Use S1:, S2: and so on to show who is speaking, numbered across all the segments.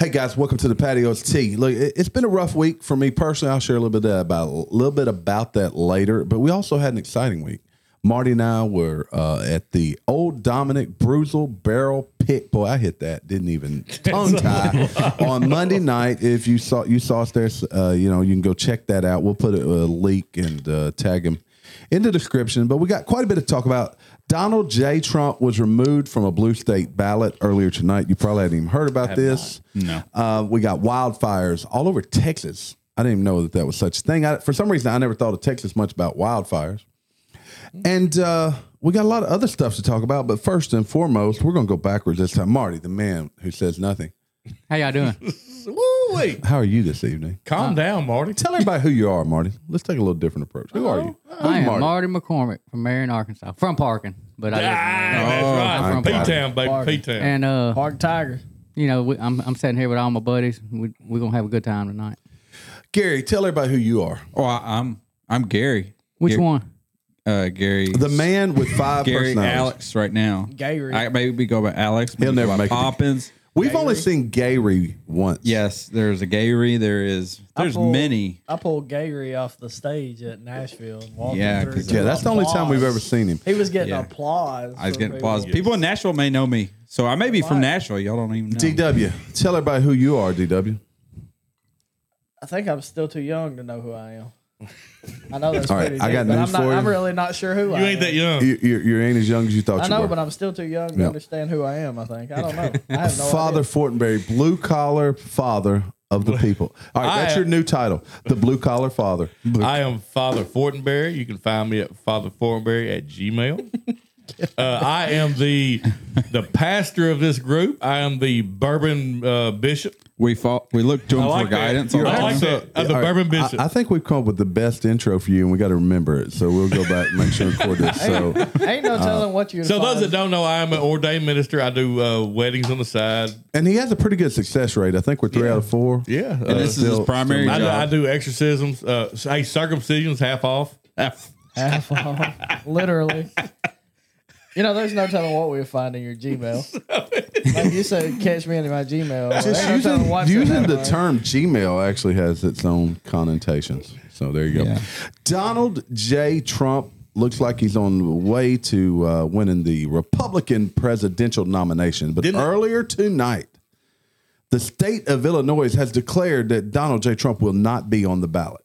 S1: Hey guys, welcome to the patio. It's T. Look, it- it's been a rough week for me personally. I'll share a little bit about a little bit about that later. But we also had an exciting week. Marty and I were uh, at the Old Dominic Bruzel Barrel Pit. Boy, I hit that. Didn't even tongue tie on Monday night. If you saw you saw us there, uh, you know you can go check that out. We'll put a, a link and uh, tag him in the description. But we got quite a bit to talk about. Donald J. Trump was removed from a blue state ballot earlier tonight. You probably hadn't even heard about this.
S2: No.
S1: Uh, we got wildfires all over Texas. I didn't even know that that was such a thing. I, for some reason, I never thought of Texas much about wildfires. And uh, we got a lot of other stuff to talk about. But first and foremost, we're going to go backwards this time. Marty, the man who says nothing.
S2: How y'all doing?
S3: Woo-wee.
S1: How are you this evening?
S3: Calm down, Marty.
S1: Tell everybody who you are, Marty. Let's take a little different approach. Who are you? Who's
S2: I am Marty? McCormick from Marion, Arkansas. From Parkin, but I live in Marion.
S3: Ah,
S2: I'm
S3: that's
S2: from
S3: right. P
S2: Parkin.
S3: Town, baby. P
S4: Party.
S3: Town.
S2: And uh,
S4: Park Tiger.
S2: you know, we, I'm I'm sitting here with all my buddies. We we gonna have a good time tonight.
S1: Gary, tell everybody who you are.
S5: Oh, I, I'm I'm Gary.
S2: Which
S5: Gar-
S2: one?
S5: Uh, Gary.
S1: The man with five
S5: Gary
S1: personalities.
S5: Alex right now.
S4: Gary.
S5: I, maybe we go by Alex.
S1: He'll never
S5: maybe go by
S1: make it.
S5: Poppins.
S1: We've only seen Gary once.
S5: Yes, there's a Gary. There is. There's
S4: pulled-
S5: many.
S4: I pulled Gary off the stage at Nashville and walked
S5: Yeah,
S4: him through
S5: good
S4: some
S1: Yeah, that's the only time we've
S4: applause.
S1: ever seen him.
S4: He was getting
S5: Yeah.
S4: applause.
S5: I was
S4: from
S5: getting
S4: people.
S5: applause. People in Nashville may know me, so I may be from
S4: Why?
S5: Nashville. Y'all don't even know.
S1: DW, tell everybody who you are, DW.
S4: I think I'm still too young to know who I am. I know that's
S1: All right,
S4: pretty
S1: I
S4: deep,
S1: got
S4: but
S1: news
S4: I'm not,
S1: for you.
S4: I'm really not sure who I
S3: You ain't that
S4: am.
S3: young.
S1: You, you, you ain't as young as you thought
S4: I
S1: you
S4: know,
S1: were.
S4: but I'm still too young to
S1: Yeah.
S4: understand who I am. I think I don't know. I have no
S1: Father
S4: idea.
S1: Fortenberry, blue collar father of the people. All right,
S3: I-
S1: that's your new title, the blue collar father.
S3: I am Father Fortenberry. You can find me at Father Fortenberry at Gmail. Uh, I am the the pastor of this group. I am the bourbon uh, bishop.
S5: We fought. We looked to him
S3: I like
S5: for
S3: that.
S5: guidance.
S3: I
S5: on
S3: like
S5: that.
S3: that. I'm the
S1: All right,
S3: bourbon
S1: I-
S3: bishop.
S1: I, think we've come up with the best intro for you, and we got to remember it. So we'll go back and make sure and record this. So
S4: Ain't
S1: Uh,
S4: no telling what you.
S3: so those that don't know, I am an ordained minister. I do uh, weddings on the side.
S1: and he has a pretty good success rate. I think we're three out of four.
S3: Yeah,
S5: And this is his
S1: still-
S5: primary
S3: I, do, I
S5: uh, job.
S3: do exorcisms. Uh, hey, circumcisions half off.
S4: Half off, literally. You know, there's no telling what we'll find in your Gmail. like you said, catch me in my Gmail. There's
S1: Just
S4: no telling
S1: using,
S4: what's in
S1: using
S4: that
S1: the
S4: one.
S1: term Gmail actually has its own connotations. So there you go.
S5: Yeah.
S1: Donald J. Trump looks like he's on the way to uh, winning the Republican presidential nomination. But
S3: Didn't-
S1: earlier tonight, the state of Illinois has declared that Donald J. Trump will not be on the ballot.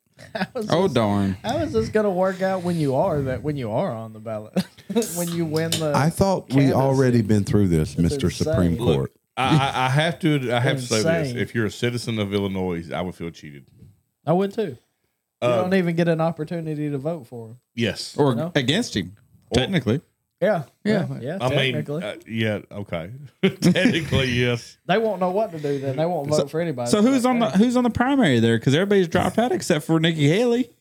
S5: Oh darn!
S4: How is this going to work out when you are that when you are on the ballot when you win the?
S1: I thought we
S4: candidacy.
S1: already been through this, Mr.
S4: insane.
S1: Supreme
S3: Look,
S1: Court.
S3: I, I- I have to. I have to say this:
S4: Insane.
S3: if you're a citizen of Illinois, I would feel cheated.
S4: I would too. You
S3: Uh,
S4: don't even get an opportunity to vote for him.
S3: Yes,
S5: Or
S4: No.
S5: against him, technically.
S4: Yeah,
S2: Yeah.
S4: yeah.
S3: I mean,
S4: technically,
S3: uh, yeah, okay. technically, yes.
S4: they won't know what to do. Then they won't vote for anybody.
S5: So who's on the who's on the primary there? Because everybody's dropped out except for Nikki Haley.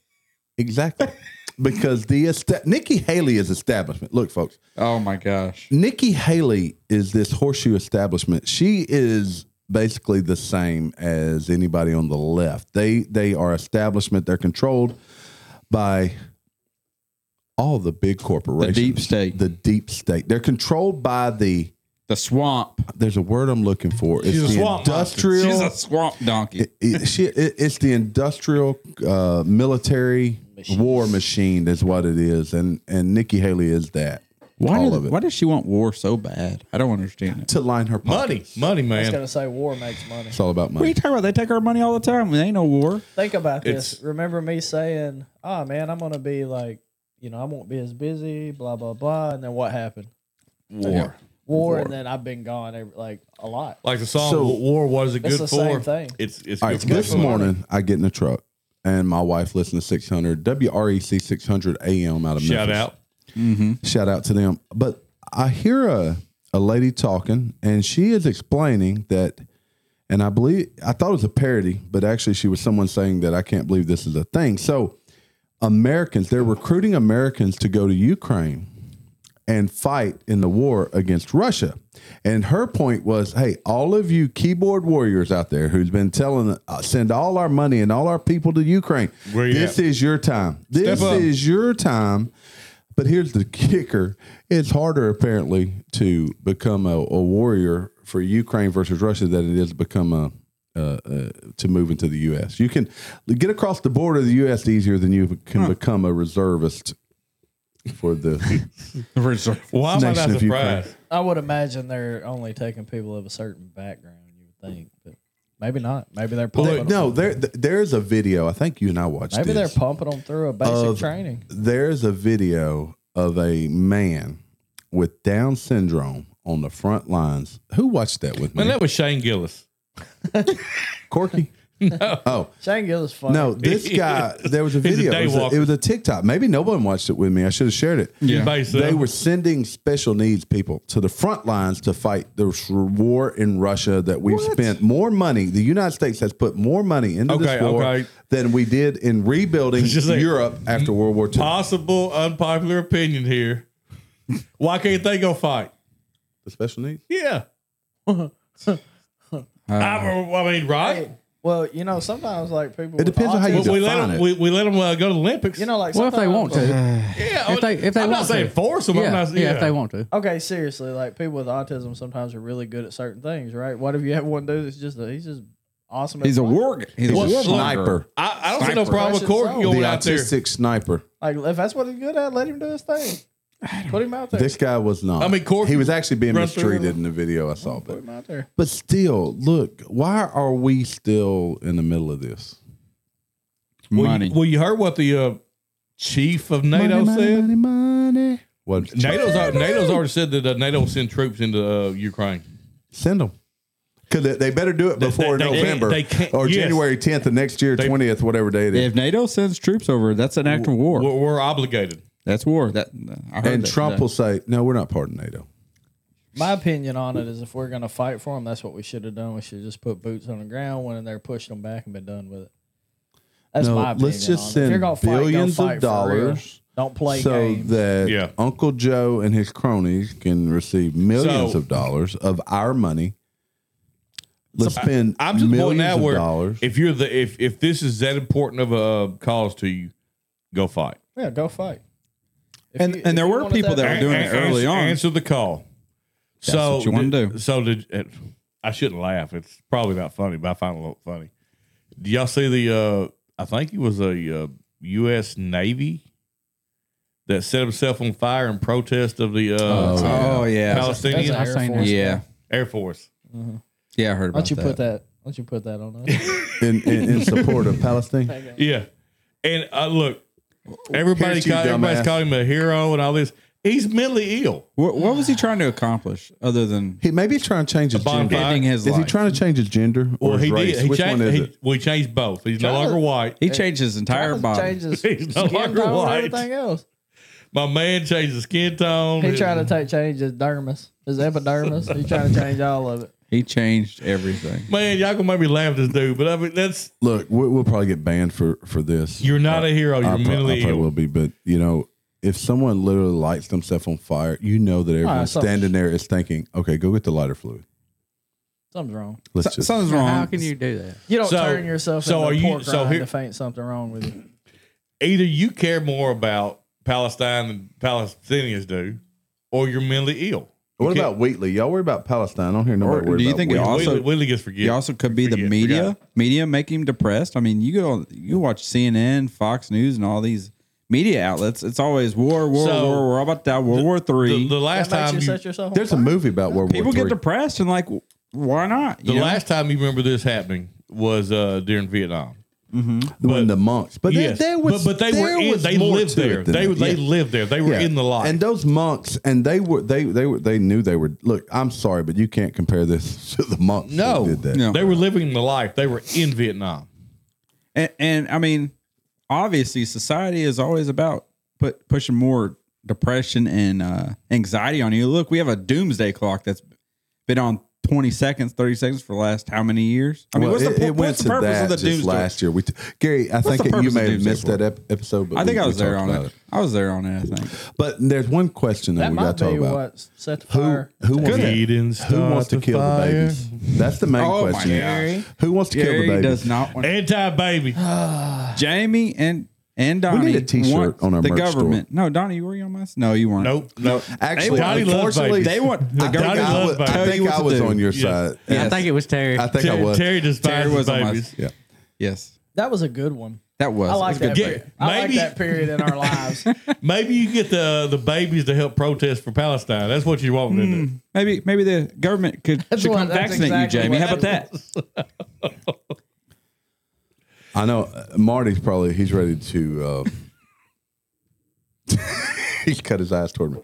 S1: Exactly. because the esta- Nikki Haley is establishment. Look, folks.
S5: Oh my gosh!
S1: Nikki Haley is this horseshoe establishment. She is basically the same as anybody on the left. They they are establishment. They're controlled by all the big corporations.
S5: deep state.
S1: The deep state. They're controlled by the
S5: The swamp.
S1: there's a word I'm looking for. It's
S3: She's a
S1: the
S3: swamp monster.
S1: industrial
S5: She's a swamp donkey.
S1: it, she, it, it's the industrial uh, military war machine is what it is, and and Nikki Haley is that.
S5: Why,
S1: all
S5: do-
S1: of it
S5: why does she want war so bad? I don't understand it.
S1: to line her pockets.
S3: Money, money,
S4: I was
S3: man.
S4: going to say war makes money.
S1: It's all about
S5: What are
S1: money.
S5: you talking about? They take our money all the time. There ain't no war.
S4: Think about this.
S3: It's-
S4: Remember me saying, "Oh man, I'm going to be like, you know, I won't be as busy." Blah blah blah. And then what happened?
S3: War,
S4: War, and then I've been gone every, like a lot.
S3: like the song
S1: So-
S3: "War." What is it good
S4: It's the
S3: for?
S4: same thing.
S3: It's it's
S1: All
S3: good
S1: right,
S3: for
S1: this
S3: money.
S1: morning I get in the truck and my wife listened to 600 WREC 600 AM out of
S3: Shout
S1: Memphis.
S3: out.
S1: Shout out to them. But I hear a a lady talking and she is explaining that and I believe I thought it was a parody, but actually she was someone saying that I can't believe this is a thing. So Americans, they're recruiting Americans to go to Ukraine and fight in the war against Russia. And her point was, hey, all of you keyboard warriors out there who's been telling uh, send all our money and all our people to Ukraine.
S3: Where you
S1: this
S3: at?
S1: is your time. This
S3: up.
S1: is your time But here's the kicker: it's harder apparently to become a, a warrior for Ukraine versus Russia than it is to become a uh, uh, to move into the U.S. You can get across the border of the U.S. easier than you can become a reservist for the.
S3: Why am I
S1: Nation
S3: not
S1: of Ukraine.
S3: surprised?
S4: I would imagine they're only taking people of a certain background. You would think, but maybe not. Maybe they're pumping. them-
S1: no, there there's a video. I think you and I watched.
S4: Maybe
S1: this.
S4: they're pumping them through a basic
S1: Of-
S4: training.
S1: there's a video of a man with Down syndrome on the front lines. Who watched that with me?
S3: Man, that was Shane Gillis.
S1: Corky. Oh
S4: Shane Gill is funny.
S1: no, this guy. There was a
S3: He's a
S1: video.
S3: day
S1: it, was a,
S3: walker.
S1: it was a TikTok. Maybe no one watched it with me. I should have shared it.
S5: Yeah.
S3: Basically,
S1: They were sending special needs people to the front lines to fight this war in Russia that we've spent more money. The United States has put more money into this
S3: Okay,
S1: war
S3: okay.
S1: than we did in rebuilding
S3: Just like-
S1: Europe after World War II.
S3: possible unpopular opinion here. Why can't they go fight?
S1: the special needs.
S3: Yeah.
S1: Uh,
S3: I, I mean, right?
S4: Well, you know, sometimes like people.
S1: It
S4: with
S1: depends on how you
S4: autism-
S3: Well, we let
S1: define
S3: them.
S1: it.
S3: We, we let them uh, go to the Olympics.
S4: You know, like
S2: Well, if they
S4: sometimes-
S2: want to,
S3: yeah. oh,
S2: if they- if they
S3: I'm
S2: want
S3: not saying
S2: to.
S3: force them.
S2: yeah,
S3: I'm not,
S2: yeah, if they want to.
S4: Okay, seriously, like people with autism sometimes are really good at certain things, right? What if you have one dude that's just a, he's just awesome? at
S5: He's a
S4: fighting?
S5: war.
S1: He's
S5: He's a
S1: a
S5: war
S1: sniper.
S3: I, I don't see no
S5: Sniper.
S3: problem with
S4: Russian
S3: Corky
S4: soldier.
S1: The
S3: going out there.
S1: autistic sniper.
S4: Like if that's what he's good at, let him do his thing. Put him out there.
S1: This guy was not.
S3: I mean, Corky
S1: he was actually being
S3: run through
S1: mistreated in the video I saw.
S4: Put
S1: But
S4: him out there.
S1: but still, look, why are we still in the middle of this?
S5: Money.
S3: Well, you, well, you heard what the uh, chief of NATO said.
S1: money, money. What?
S3: NATO's al- NATO's already said that uh, NATO will send troops into uh, Ukraine.
S1: Send them. Because they, they better do it before
S3: they- they
S1: November
S3: can't- they can't-
S1: or
S3: yes.
S1: January 10th of next year, 20th, whatever day it is.
S5: If NATO sends troops over, that's an act of war.
S3: We're, we're obligated.
S5: That's war. That I heard
S1: and
S5: that
S1: Trump
S5: today.
S1: will say, no, we're not part of NATO.
S4: My opinion on it is, if we're gonna fight for him, that's what we should have done. We should just put boots on the ground, went in there, pushed them back, and been done with it. That's
S1: No,
S4: my opinion.
S1: let's just
S4: on it. If you're
S1: send
S4: gonna fight, go
S1: billions of
S4: fight for real.
S1: dollars
S4: Don't play
S1: so
S4: games.
S1: that
S3: Yeah.
S1: Uncle Joe and his cronies can receive millions
S3: So-
S1: of dollars of our money. Let's
S3: So I-
S1: spend
S3: I'm just pointing
S1: millions
S3: out
S1: of
S3: where
S1: dollars.
S3: if you're the if if this is that important of a uh, cause to you, go fight.
S4: yeah, go fight. If
S5: And-
S4: you-
S5: and
S4: if
S5: there
S4: you
S5: were
S4: wanted
S5: people that
S4: bad-
S5: were doing it
S3: An- an-
S5: early
S3: answer-
S5: on.
S3: Answer the call. so
S5: what you wanna
S3: did-
S5: do.
S3: So did it, I shouldn't laugh. It's probably not funny, but I find it a little funny. Do y'all see the? uh I think he was a uh, U.S. Navy that set himself on fire in protest of the uh,
S5: Oh yeah,
S4: That's
S3: Palestinian
S4: an
S2: I've
S4: Air
S2: seen
S4: Force
S2: that.
S4: guy.
S5: yeah,
S3: Air Force.
S5: yeah. I heard about
S4: Why don't you
S5: that.
S4: put that? Why don't you put that on us?
S1: in, in, in support of Palestine.
S3: Yeah, and uh, look, everybody,
S1: Here's you,
S3: call, everybody's
S1: dumbass.
S3: calling him a hero and all this. He's mentally ill.
S5: What, what was he trying to accomplish other than
S1: He maybe he's trying to change his
S3: bonfire.
S1: gender.
S5: ending his
S1: Is he
S5: life?
S1: trying to change his gender or
S3: Well,
S1: his
S3: he
S1: race?
S3: did. He
S1: Which
S3: changed.
S1: one is
S3: he,
S1: it?
S3: Well, he changed both. He's no
S4: Tryna-
S3: longer white.
S5: he changed his entire body?
S4: Changes
S3: He's no
S4: skin
S3: longer
S4: tone,
S3: white.
S4: Everything else.
S3: My man changed the skin tone.
S4: He trying to take change his dermis, his epidermis. He trying to change all of it.
S5: He changed everything.
S3: Man, y'all gonna make me laugh, this dude. But I mean, that's
S1: Look, we'll, we'll probably get banned for for this.
S3: you're not a hero. You're
S1: I, pro- I
S3: mentally
S1: probably will
S3: ill.
S1: be, but you know, if someone literally lights themselves on fire, you know
S3: Ah,
S1: that everyone
S4: so-
S1: standing there is thinking, "Okay, go get the lighter fluid."
S4: Something's wrong.
S1: Let's
S5: So-
S1: just
S5: Something's wrong.
S2: How can you do that?
S4: You don't
S3: So-
S4: turn yourself
S3: so
S4: into
S3: are
S4: a
S3: you-
S4: pork
S3: so
S4: rind
S3: here-
S4: if ain't something wrong with you.
S3: Either you care more about Palestine than Palestinians do, or you're mentally ill.
S1: What
S3: Okay.
S1: about Wheatley? Y'all worry about Palestine. I don't hear nobody
S5: Or
S1: worry
S5: do you
S1: about
S5: think it
S1: Wheatley.
S5: Also-
S3: Willie, Willie gets forget.
S5: You also could be the
S3: Forget,
S5: media. Media make him depressed. I mean, you go, you watch CNN, Fox News, and all these media outlets. It's always war, war,
S3: So,
S5: war. We're all about that World War Three.
S3: the, the last
S4: That makes
S3: time
S4: you
S3: you,
S4: set yourself. on
S1: There's a
S4: fire.
S1: movie about World
S5: People
S1: War
S5: get
S1: Three.
S5: depressed and like, why not?
S3: the
S5: You know?
S3: last time you remember this happening was uh, during Vietnam.
S1: when the monks, but
S3: Yes,
S1: there, there was,
S3: but, but they
S1: there
S3: were in,
S1: was
S3: they
S1: more
S3: lived
S1: to it
S3: there.
S1: than
S3: They
S1: that.
S3: they
S1: Yeah.
S3: lived there. They were
S1: Yeah.
S3: in the light.
S1: And those monks, and they were they they were they knew they were. Look, I'm sorry, but you can't compare this to the monks. who
S3: no,
S1: did that.
S5: No.
S3: they were living the life. They were in Vietnam.
S5: and, and I mean, obviously, society is always about put pushing more depression and uh, anxiety on you. Look, we have a doomsday clock that's been on twenty seconds, thirty seconds for the last how many years? I mean,
S1: Well,
S5: what's the,
S1: it,
S5: po-
S1: it went
S5: what's the
S1: to
S5: purpose
S1: that
S5: of the
S1: just
S5: doomsday?
S1: last year. We t- Gary, I think
S5: the
S1: that you
S5: purpose of
S1: may have
S5: Doomsday
S1: missed
S5: for?
S1: that ep- episode. But
S5: I think
S1: we-
S5: I
S1: we
S5: was there
S1: talked
S5: on
S1: about
S5: it. I was there on it. I think.
S1: But there's one question that,
S4: That
S1: we got
S4: might
S1: to talk
S4: be
S1: about.
S4: what set the
S1: Who
S4: fire.
S1: who wants,
S3: He
S1: to,
S3: didn't
S1: who
S3: start
S1: wants to kill
S3: fire.
S1: the babies? That's the main
S5: Oh, my
S1: question.
S5: gosh.
S1: Who wants to kill the
S5: Gary
S1: babies?
S5: does not want
S3: Anti baby.
S5: Jamie and And Donnie,
S1: need a t-shirt
S5: wants
S1: on our
S5: the
S1: merch store.
S5: government. No, Donnie, were you on my? s- No, you weren't.
S3: Nope. Nope.
S1: Actually,
S3: Johnny loves
S1: unfortunately,
S3: babies.
S5: They want the
S1: I think
S3: Johnny
S5: government.
S1: I,
S3: loves
S1: was, I
S3: babies.
S5: Tell
S1: think
S5: you
S1: I
S5: what to
S1: was
S5: do.
S1: on your
S3: Yeah.
S1: side.
S2: I
S5: Yes.
S2: think it was Terry.
S1: I think I
S3: Terry,
S1: was.
S3: Terry despises
S5: Terry was on my-
S3: babies.
S1: Yeah.
S5: yes,
S4: That was a good one.
S5: that was.
S4: I like
S5: It's good.
S4: that.
S3: Yeah,
S4: period. I like
S3: maybe-
S4: that period in our lives.
S3: Maybe you get the the babies to help protest for Palestine. That's what you're wanting to do.
S5: Maybe maybe the government could
S4: That's
S5: should
S4: what-
S5: come
S4: that's
S5: vaccinate
S4: exactly
S5: you, Jamie.
S4: what
S5: How about
S4: that
S5: that?
S1: I know uh, Marty's probably he's ready to. Uh, he cut his eyes toward me.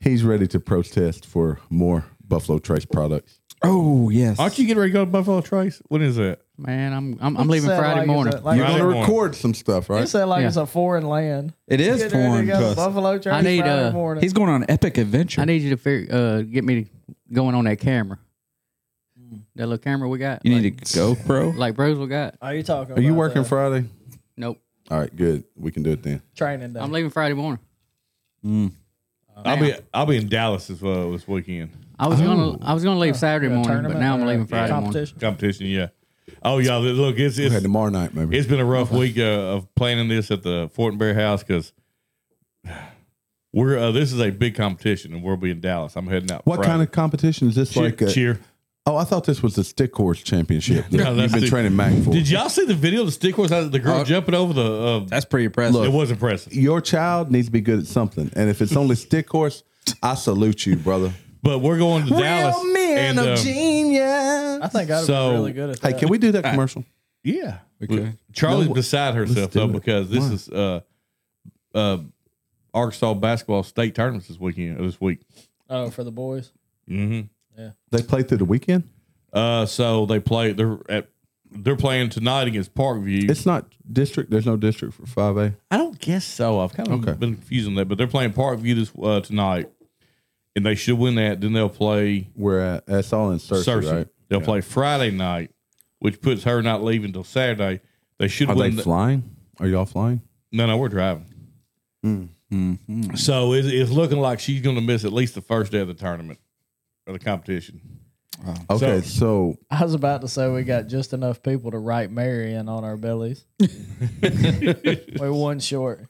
S1: He's ready to protest for more Buffalo Trace products.
S5: Oh yes.
S3: Aren't you getting ready to go to Buffalo Trace? When is that?
S2: Man, I'm I'm, I'm leaving
S4: Said
S2: Friday
S4: like
S2: morning.
S4: It's a, like,
S1: You're
S3: Friday
S1: going to
S3: morning.
S1: record some stuff,
S4: it
S1: right?
S4: said like
S2: Yeah.
S4: it's a foreign land.
S5: It is
S4: Get ready to
S5: foreign
S4: go
S5: to
S4: to
S5: us.
S4: Buffalo Trace
S2: I need,
S4: Friday
S2: uh,
S4: morning.
S5: He's going on an epic adventure.
S2: I need you to figure, uh, get me going on that camera.
S4: Hmm.
S2: That little camera we got.
S5: you
S2: like,
S5: need to go, bro.
S2: like bros we got.
S4: Are Oh, you talking?
S1: Are you
S4: about
S1: working
S4: the
S1: Friday?
S2: Nope.
S1: All right, good. We can do it then.
S4: training day?
S2: I'm leaving Friday morning.
S3: I'll be I'll be in Dallas this uh, this weekend.
S2: I was
S1: Oh.
S2: gonna I was gonna leave Saturday
S4: a
S2: morning, but
S4: tournament
S2: now I'm
S4: or a
S2: leaving Friday morning.
S4: competition.
S3: Competition, yeah. Oh y'all, look, it's
S1: Okay,
S3: it's
S1: tomorrow night maybe.
S3: It's been a rough week uh, of planning this at the Fortenberry house because we're uh, this is a big competition and we'll be in Dallas. I'm heading out.
S1: What kind of competition is this
S3: cheer?
S1: like? uh,
S3: cheer.
S1: Oh, I thought this was the stick horse championship that
S3: No,
S1: you've
S3: that's
S1: been
S3: the-
S1: training Mac for.
S3: Did y'all see the video of the stick horse? The girl
S5: Uh,
S3: jumping over the. Uh,
S5: That's pretty impressive.
S3: it was impressive.
S1: Your child needs to be good at something, and if it's only stick horse, I salute you, brother.
S3: But we're going to Dallas. and, uh,
S1: genius.
S4: I think I'd
S3: So-
S4: be really good at
S1: Hey,
S4: that.
S1: can we do that commercial?
S3: yeah.
S5: Okay.
S3: Charlie's
S1: No,
S3: beside herself
S1: do
S3: though
S1: it.
S3: because this
S1: Why?
S3: is uh, uh, Arkansas basketball state tournaments this weekend. This week.
S4: oh, for the boys.
S3: Mm-hmm.
S1: They play through the weekend.
S3: Uh, so they play. They're at. They're playing tonight against Parkview.
S1: It's not district. There's no district for five A.
S3: I don't guess so. I've kind of
S1: Okay.
S3: been confusing that, but they're playing Parkview this uh, tonight, and they should win that. Then they'll play
S1: We're at. That's all in Searcy,
S3: Cersei.
S1: right?
S3: They'll play Friday night, which puts her not leaving till Saturday. They should
S1: Are they
S3: win. the-
S1: flying? Are y'all flying?
S3: no, no, we're driving. So it's, it's looking like she's going to miss at least the first day of the tournament or the competition.
S1: Okay, so,
S4: I was about to say we got just enough people to write Mary in on our bellies. We're one short.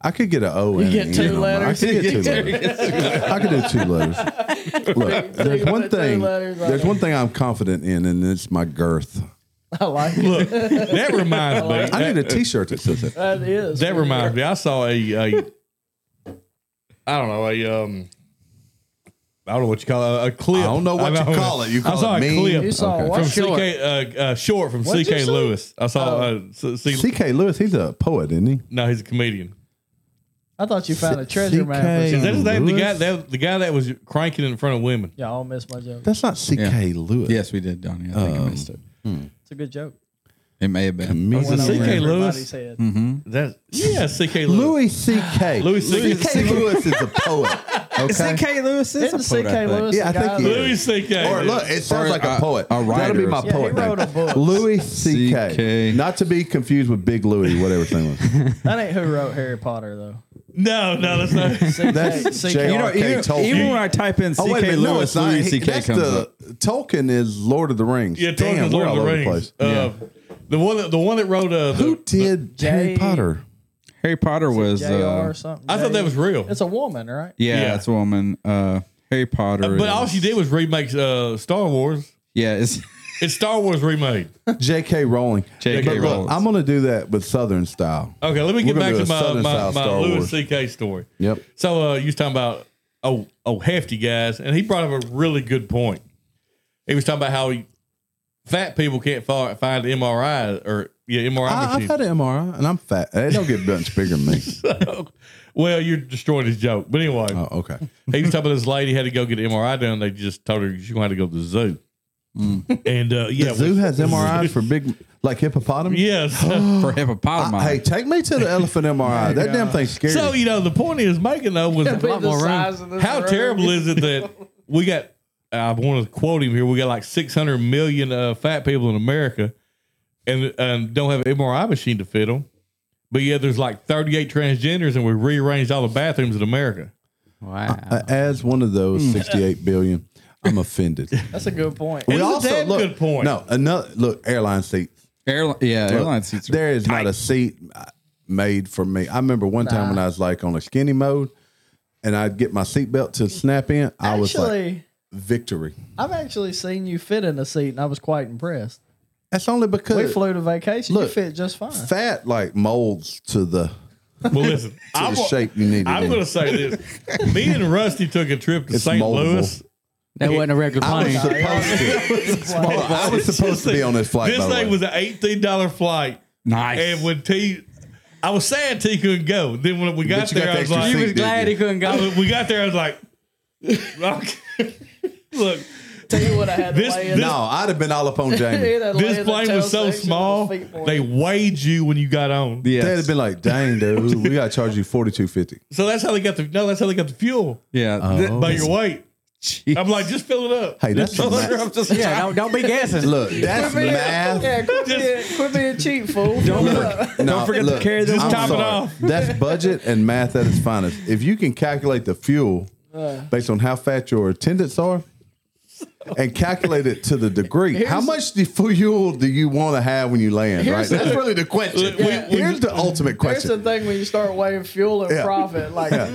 S1: I could get an O. You
S4: get two
S1: I
S4: letters.
S1: could get two letters. I could do two letters. Look, there's one
S4: two
S1: thing.
S4: letters, I
S1: There's
S4: know.
S1: one thing I'm confident in, and it's my girth.
S4: I like it.
S3: Look, that reminds me.
S1: I need
S3: that-
S1: a T-shirt that says it.
S4: That is.
S3: That reminds me. I saw a, a I don't know a um. I don't know what you call it, a, a clip.
S1: I don't know what
S3: I
S1: you call it. You call
S3: I saw
S1: it
S3: a
S1: meme?
S3: clip
S4: You saw
S1: Okay.
S4: what?
S3: from
S2: Short.
S3: CK uh, uh, short from
S4: What'd you
S3: CK
S4: say?
S3: Lewis. I saw. Uh,
S1: Oh.
S3: C- C-
S1: C.K. Lewis, he's a poet, isn't he?
S3: no, he's a comedian.
S4: I thought you found a
S1: C-
S4: treasure map. or
S1: CK.
S4: something.
S3: Is that his name? The guy
S1: Lewis?
S3: that the guy that was cranking in front of women.
S4: Yeah, I'll miss my joke.
S1: That's not C.K. Lewis.
S5: Yes, we did, Donnie. I
S1: Um,
S5: think I missed it.
S4: It's a good joke.
S5: It may have been.
S1: Me-
S4: Went over
S3: CK
S4: everybody's
S3: Lewis?
S4: head.
S1: Mm-hmm.
S3: That yeah, CK Lewis.
S1: Louis C.K.
S3: Louis C.K.
S1: Lewis is a poet. Okay.
S5: CK Lewis is
S4: Isn't
S5: poet, I
S4: CK
S5: think.
S4: Lewis?
S1: Yeah, I
S4: the guy
S1: think he
S4: that-
S1: is.
S3: Louis CK.
S1: Or look, it sounds
S5: Or
S1: like a
S5: a-
S1: poet.
S5: a
S1: That'll
S5: writer
S1: be
S5: or
S1: my
S5: something.
S1: poet.
S4: Yeah, he
S1: name.
S4: wrote a book.
S1: Louis C.K.
S5: CK.
S1: Not to be confused with Big Louis, whatever his name was.
S4: That ain't who wrote Harry Potter though.
S3: No, no, that's not.
S1: That's
S4: CK.
S1: J.R.R.
S5: You know,
S1: Okay,
S5: even,
S1: Tolkien.
S5: even when I type in CK
S1: Oh, wait a minute, no,
S5: Lewis,
S1: it's not.
S5: Louis
S1: He-
S5: CK
S1: that's
S5: comes
S1: the-
S5: up.
S1: Tolkien is Lord of the Rings.
S3: Yeah,
S1: Damn,
S3: Tolkien's Lord
S1: we're all
S3: of the
S1: over the
S3: Rings.
S1: place.
S3: Uh, the one that the one that wrote uh, the,
S1: Who did Harry
S4: J-
S1: Potter?
S5: Harry Potter was.
S4: JR
S5: Uh,
S4: or something.
S3: I thought that was real.
S4: It's a woman, right?
S5: yeah,
S3: Yeah.
S5: that's a woman. Uh, Harry Potter.
S3: But all
S5: is-
S3: she did was remake uh, Star Wars.
S5: Yeah, it's
S3: It's Star Wars remade.
S1: J.K. Rowling.
S5: J.K.
S1: But look,
S5: Rowling.
S1: I'm going to do that with Southern style.
S3: Okay, let me get
S1: We're
S3: back
S1: gonna
S3: to
S1: do a
S3: my
S1: Southern
S3: my,
S1: style
S3: my
S1: Star
S3: Louis
S1: Wars.
S3: C.K. story.
S1: Yep.
S3: So uh, you was talking about oh oh hefty guys, and he brought up a really good point. He was talking about how he, fat people can't fi- find MRI or yeah MRI
S1: I, I've
S3: machines.
S1: had an MRI and I'm fat. They don't get much bigger than me.
S3: well, you're destroying his joke. But anyway,
S1: Oh, okay.
S3: he was talking about this lady had to go get an MRI done. They just told her she's gonna have to go to the zoo. And uh, yeah,
S1: Mm. The zoo
S3: we-
S1: has MRIs for Oh, big, like hippopotamus.
S3: yes.
S5: for
S1: I-
S5: hippopotamus.
S1: hey, take me to the elephant MRI. that damn thing's scary.
S3: so you know the point he was making though was
S4: Be the
S2: more room.
S4: size of this
S3: How
S4: room.
S3: terrible is it that we got? I want to quote him here. We got like 600 million uh, fat people in America, and and don't have an MRI machine to fit them. But yeah, there's like 38 transgenders, and we rearranged all the bathrooms in America.
S2: Wow.
S1: Uh, As one of those
S3: Hmm.
S1: 68 billion, I'm offended.
S4: That's a good point.
S3: It's a damn good point.
S1: No, another look, airline seats.
S5: Airline, yeah,
S1: Look,
S5: airline seats. Are,
S1: There is not a seat uh, made for me. I remember one time when I was like on a skinny mode, and I'd get my seatbelt to snap in. I was like,
S4: Actually,
S1: victory.
S4: I've actually seen you fit in a seat, and I was quite impressed.
S1: That's only
S4: We
S1: because
S4: flew to vacation.
S1: Look,
S4: you fit just fine.
S1: fat like molds to the to
S3: Well, listen, I'm,
S1: the shape you need. it
S3: I'm
S1: in.
S3: going to say this. Me and Rusty took a trip to
S1: It's
S3: St.
S1: moldable.
S3: Louis.
S2: That wasn't a regular
S1: I was
S2: plane.
S1: supposed to. I was supposed to be on this flight.
S3: This
S1: by the
S3: thing
S1: way.
S3: was an $18 flight.
S5: nice.
S3: And when T, I was sad T couldn't go. Then when we got
S1: you got
S3: there,
S1: the
S3: I was
S1: extra
S3: like,
S2: You was
S1: Seat, didn't
S2: glad
S1: you?
S2: he couldn't
S3: I
S2: go.
S3: was- we got there, I was like, okay. look,
S4: Tell you what, I had
S3: This-
S4: to lay in.
S3: this-
S1: no, I'd have been all up on Jamie.
S4: It had to lay
S3: this
S4: in the
S3: plane
S4: tail
S3: was so
S4: section with
S3: small,
S4: my feet
S3: they
S4: pointed.
S3: weighed you when you got on.
S5: Yes.
S1: They'd have been like, "Dang, dude, we got to charge you forty two fifty.
S3: So that's how they got the no. That's how they got the fuel
S5: yeah.
S1: Oh,
S5: th-
S3: by your weight.
S5: Jeez.
S3: I'm like, just fill it up.
S1: Hey, that's
S3: Just fill
S1: some
S3: it up. Just-
S2: Yeah, don't, don't be guessing.
S1: Look, that's
S4: Quit being-
S1: math.
S4: Yeah, quit being, quit being cheap, fool. Don't
S1: Don't
S5: forget to carry those-
S3: Just top it off.
S1: That's budget and math at its finest. If you can calculate the fuel based on how fat your attendants are and calculate it to the degree, how
S4: Here's-
S1: much the fuel do you want to have when you land? Right?
S4: Here's the-
S1: That's really the question.
S4: Yeah.
S1: Here's the ultimate
S4: Here's the
S1: question.
S4: thing when you start weighing fuel and
S1: Yeah.
S4: profit, like mm, I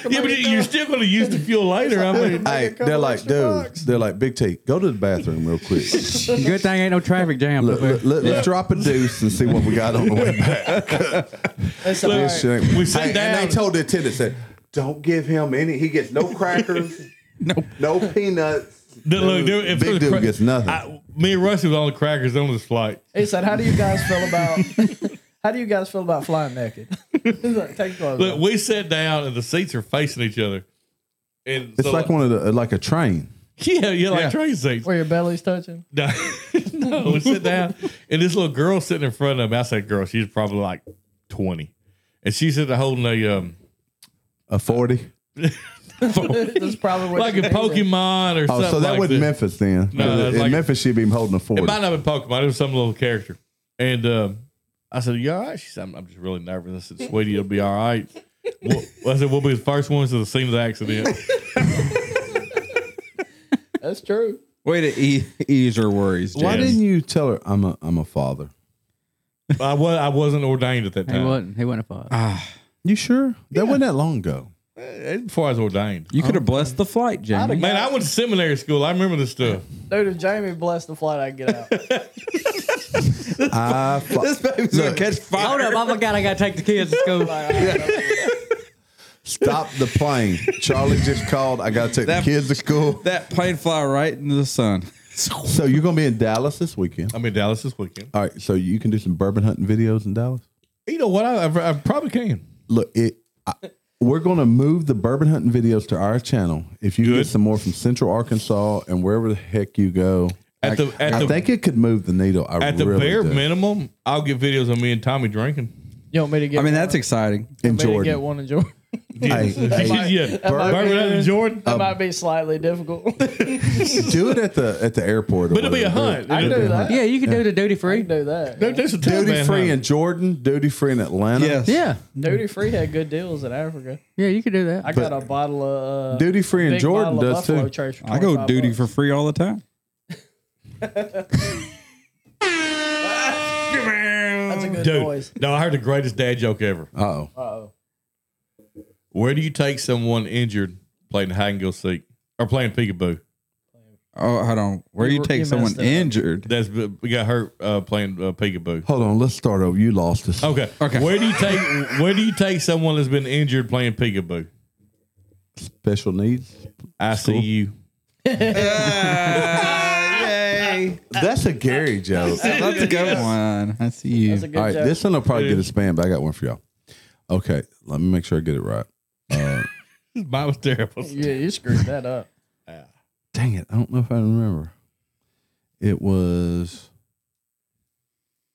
S4: can
S3: Yeah,
S4: make
S3: but
S4: it
S3: you're
S4: go.
S3: still going to use the fuel later. I mean,
S1: Hey,
S4: a couple
S1: they're like,
S4: extra
S1: dude,
S4: bucks.
S1: they're like, Big T, go to the bathroom real quick.
S2: Good thing ain't no traffic jam.
S1: Let,
S2: up there.
S1: us drop a deuce and see what we got on the way back.
S4: It's all
S1: This
S4: right.
S1: shit ain't-
S3: We sit
S1: Hey,
S3: down.
S1: And they told the attendant, said, don't give him any. He gets no crackers, no, no peanuts.
S3: Then look, dude, if
S1: Big
S3: it was
S1: dude gets nothing.
S3: I, me and Rusty was on the crackers on this flight.
S4: He said, "How do you guys feel about how do you guys feel about flying naked?" He's like, Take your clothes.
S3: Look,
S4: off.
S3: we sat down and the seats are facing each other. And
S1: It's like one of the uh, like a train.
S3: yeah, yeah, like
S5: Yeah.
S3: train seats.
S4: Where your belly's touching.
S3: No, no, we sit down, and this little girl sitting in front of me. I say, girl, she's probably like twenty, and she's sitting there holding a um,
S1: A forty.
S4: That's probably what
S3: like
S4: you
S3: a
S4: need, bro.
S3: Pokemon or
S1: Oh,
S3: something.
S1: so that
S3: like
S1: was
S3: that.
S1: Memphis then.
S3: No,
S1: 'Cause
S3: that's
S1: in
S3: like-
S1: Memphis, she'd be holding a
S3: It
S1: forty.
S3: might not have been Pokemon. It was some little character. And um, I said, "You all right?" She said, "I'm, I'm just really nervous." I said, "Sweetie, it'll be all right." Well, I said, "We'll be the first ones to the scene of the accident."
S4: That's true.
S5: Way to e- ease your worries. Jay.
S1: Why
S3: Yes.
S1: didn't you tell her I'm a I'm a father?
S3: I was I wasn't ordained at that
S2: He
S1: Uh-huh.
S3: time.
S2: wasn't. He wasn't a father.
S1: You sure? That wasn't that long ago.
S3: Eh, Before I was ordained,
S5: You could
S1: Oh.
S5: have blessed the flight, Jamie.
S3: man, I went to seminary school. I remember this stuff.
S4: Dude, if Jamie blessed the flight, I'd get out.
S1: I fa-
S5: baby's gonna
S1: Look.
S5: catch
S2: Hold
S5: fire.
S2: up, I forgot I gotta take the kids to school.
S1: Stop the plane. Charlie just called. I gotta take
S5: That-
S1: the kids to school.
S5: That plane fly right into the sun.
S1: So you're gonna be in Dallas this weekend.
S3: I'm in Dallas this weekend.
S1: All right. So you can do some bourbon hunting videos in Dallas.
S3: You know what? I, I, I probably can.
S1: look it I, we're going to move the bourbon hunting videos to our channel if you
S3: Good.
S1: get some more from central arkansas and wherever the heck you go
S3: At the at
S1: i
S3: the
S1: think it could move the needle I
S3: at the
S1: really
S3: bare
S1: do.
S3: minimum, I'll get videos of me and Tommy drinking.
S4: You want me to get?
S5: I mean,
S4: one?
S5: that's exciting.
S1: in
S4: me to get
S1: jordan
S4: one in Jordan.
S1: Hey, hey,
S3: yeah,
S4: might
S3: Bourbon
S4: be-
S3: out in Jordan.
S5: Um,
S4: That might be slightly difficult.
S1: do it at the at the airport or
S3: But it'll be a
S1: whatever.
S3: hunt.
S4: I can do that.
S2: Yeah, you can do the duty
S4: I
S2: free.
S4: can do that.
S3: There- There's a
S1: duty
S3: Taliban
S1: free
S3: hunt.
S1: in jordan duty free in atlanta
S5: Yes.
S2: Yeah,
S4: Duty free had good deals in Africa.
S2: yeah, you can do
S4: I
S2: that.
S4: got a bottle of uh,
S1: duty free in
S4: big
S1: jordan
S4: bottle of
S1: does
S4: Buffalo
S1: too
S4: Trace for
S5: I go
S4: 25
S5: duty
S4: bucks.
S5: for free all the time.
S4: That's a good
S3: Dude,
S4: noise.
S3: no, I heard the greatest dad joke ever.
S1: oh
S4: Uh-oh.
S3: Where do you take someone injured playing hide and go seek or playing peekaboo?
S5: Oh, hold on. Where
S4: You-
S5: you take
S4: you
S5: someone
S4: messed it up.
S5: injured?
S3: That's we got hurt uh, playing uh, peekaboo.
S1: hold on let's start over you lost us
S3: Okay,
S5: Okay.
S3: Where do you take Where do you take someone that's been injured playing peekaboo?
S1: special needs
S3: I see you.
S5: Yay!
S1: that's a gary joke
S5: That's a good one. I see you.
S4: That's a good
S1: All right,
S4: joke.
S1: this one will probably get a spam, but I got one for y'all. Okay, let me make sure I get it right.
S3: Mine was terrible.
S4: yeah, you screwed that up.
S1: Dang it, I don't know if I remember. It was.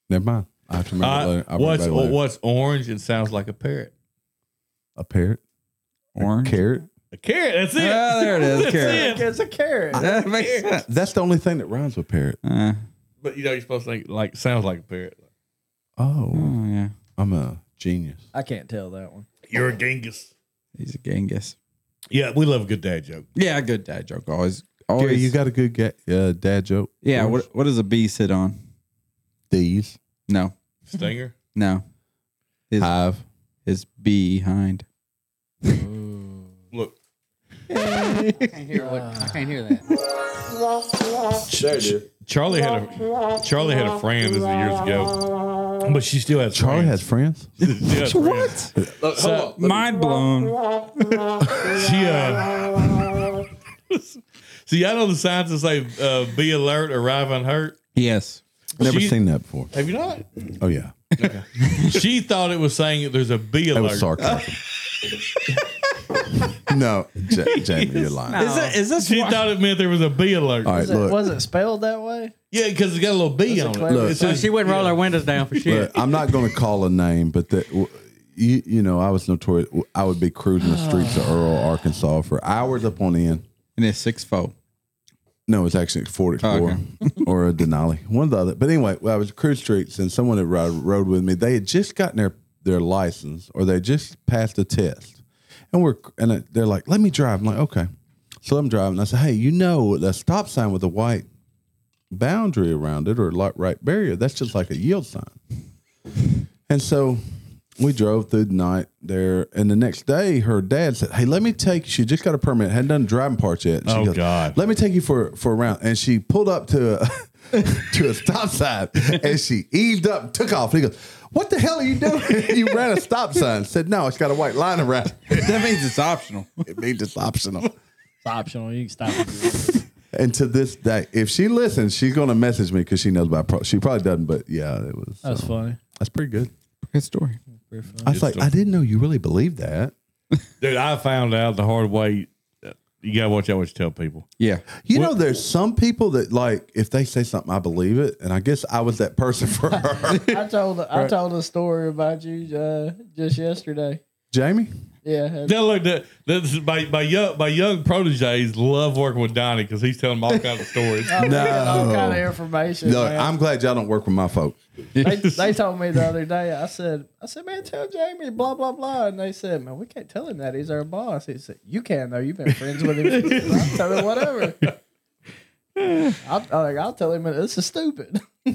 S1: Never mind. I have to remember. it
S3: Uh,
S1: later. I'll
S3: what's
S1: remember it later.
S3: What's orange and sounds like a parrot?
S1: A parrot,
S5: Orange.
S1: carrot.
S3: A carrot. That's it.
S5: Ah, there it is.
S3: That's
S5: Carrot.
S3: it.
S4: It's a carrot.
S5: That makes sense.
S1: That's the only thing that rhymes with parrot.
S5: Uh,
S3: But you know you're supposed to think like sounds like a parrot.
S1: Oh,
S3: Hmm.
S5: oh yeah,
S1: I'm a genius.
S4: I can't tell that one.
S3: You're a Genghis.
S5: he's a Genghis.
S3: Yeah, we love a good dad joke.
S5: Yeah, good dad joke. Always,
S1: Gary,
S5: always.
S1: you got a good ga- uh, dad joke.
S5: yeah.
S1: Yours?
S5: What what does a bee sit on?
S1: These
S5: No,
S3: Stinger.
S5: no. Is
S1: hive.
S5: is behind.
S3: Look,
S2: can't hear what, I can't hear that.
S3: Charlie had a Charlie had a friend this was years ago, but she still has
S1: Charlie
S3: friends.
S1: has friends.
S3: has what?
S5: So, mind blown.
S3: She uh. See, I know the signs that say uh, "Be alert, arrive unhurt."
S5: Yes.
S1: Never
S3: She-
S1: seen that before.
S3: Have you not?
S1: Oh yeah,
S3: she thought it was saying that there's a "Be
S1: that
S3: alert."
S1: was sarcasm. no, Ja- Jamie, you're lying.
S5: Is that is this
S3: She
S5: why-
S3: thought it meant there was a "Be alert."
S1: All right,
S4: Is it,
S1: look,
S4: was it spelled that way?
S3: Yeah, because it's got a little "B"
S4: it
S3: on it.
S4: clever? Look.
S3: It
S2: So
S3: says-
S2: she wouldn't roll her windows down for shit.
S1: look, I'm not going to call a name, but that w- you, you know, I was notorious. I would be cruising the streets of Earl, Arkansas, for hours upon end.
S5: and it's six fold.
S1: No, it's actually Ford Explorer or a Denali, one of the other. But anyway, well, I was cruise streets, and someone that rode, rode with me, they had just gotten their their license or they just passed a test, and we're and they're like, "Let me drive." I'm like, "Okay." So I'm driving. I said, "Hey, you know that stop sign with a white boundary around it or light right barrier? That's just like a yield sign." And so we drove through the night there, and the next day, her dad said, "Hey, let me take." She just got a permit, hadn't done driving parts yet. And she
S3: Oh, God.
S1: let me take you for for a round. And she pulled up to a, to a stop sign and she eased up, took off. And he goes, What the hell are you doing? you ran a stop sign. Said, No, it's got a white line around it.
S5: That means it's optional.
S1: It means it's optional.
S4: It's optional. You can stop. It.
S1: And to this day, if she listens, she's gonna message me because she knows about pro- she probably doesn't, but yeah, it was
S4: That's
S1: so,
S4: funny.
S1: that's pretty good.
S5: Good story.
S4: Pretty funny.
S1: I was like, I didn't know you really believed that.
S3: Dude, I found out the hard way. uh, You gotta watch out what you tell people.
S5: Yeah.
S1: You know, there's some people that like if they say something, I believe it, and I guess I was that person for her.
S4: I told I told a story about you uh, just yesterday.
S1: Jamie,
S4: Yeah,
S3: Now look, that that's my my young my young proteges love working with Donnie because he's telling them all kinds of stories.
S1: No.
S4: all kind of information.
S1: no,
S4: man.
S1: I'm glad y'all don't work with my folks.
S4: they, they told me the other day. I said, I said, man, tell Jamie blah blah blah, and they said, man, we can't tell him that he's our boss. He said, you can though. You've been friends with him. I tell him whatever. I'll, I'm like, I'll tell him this is stupid.
S3: the,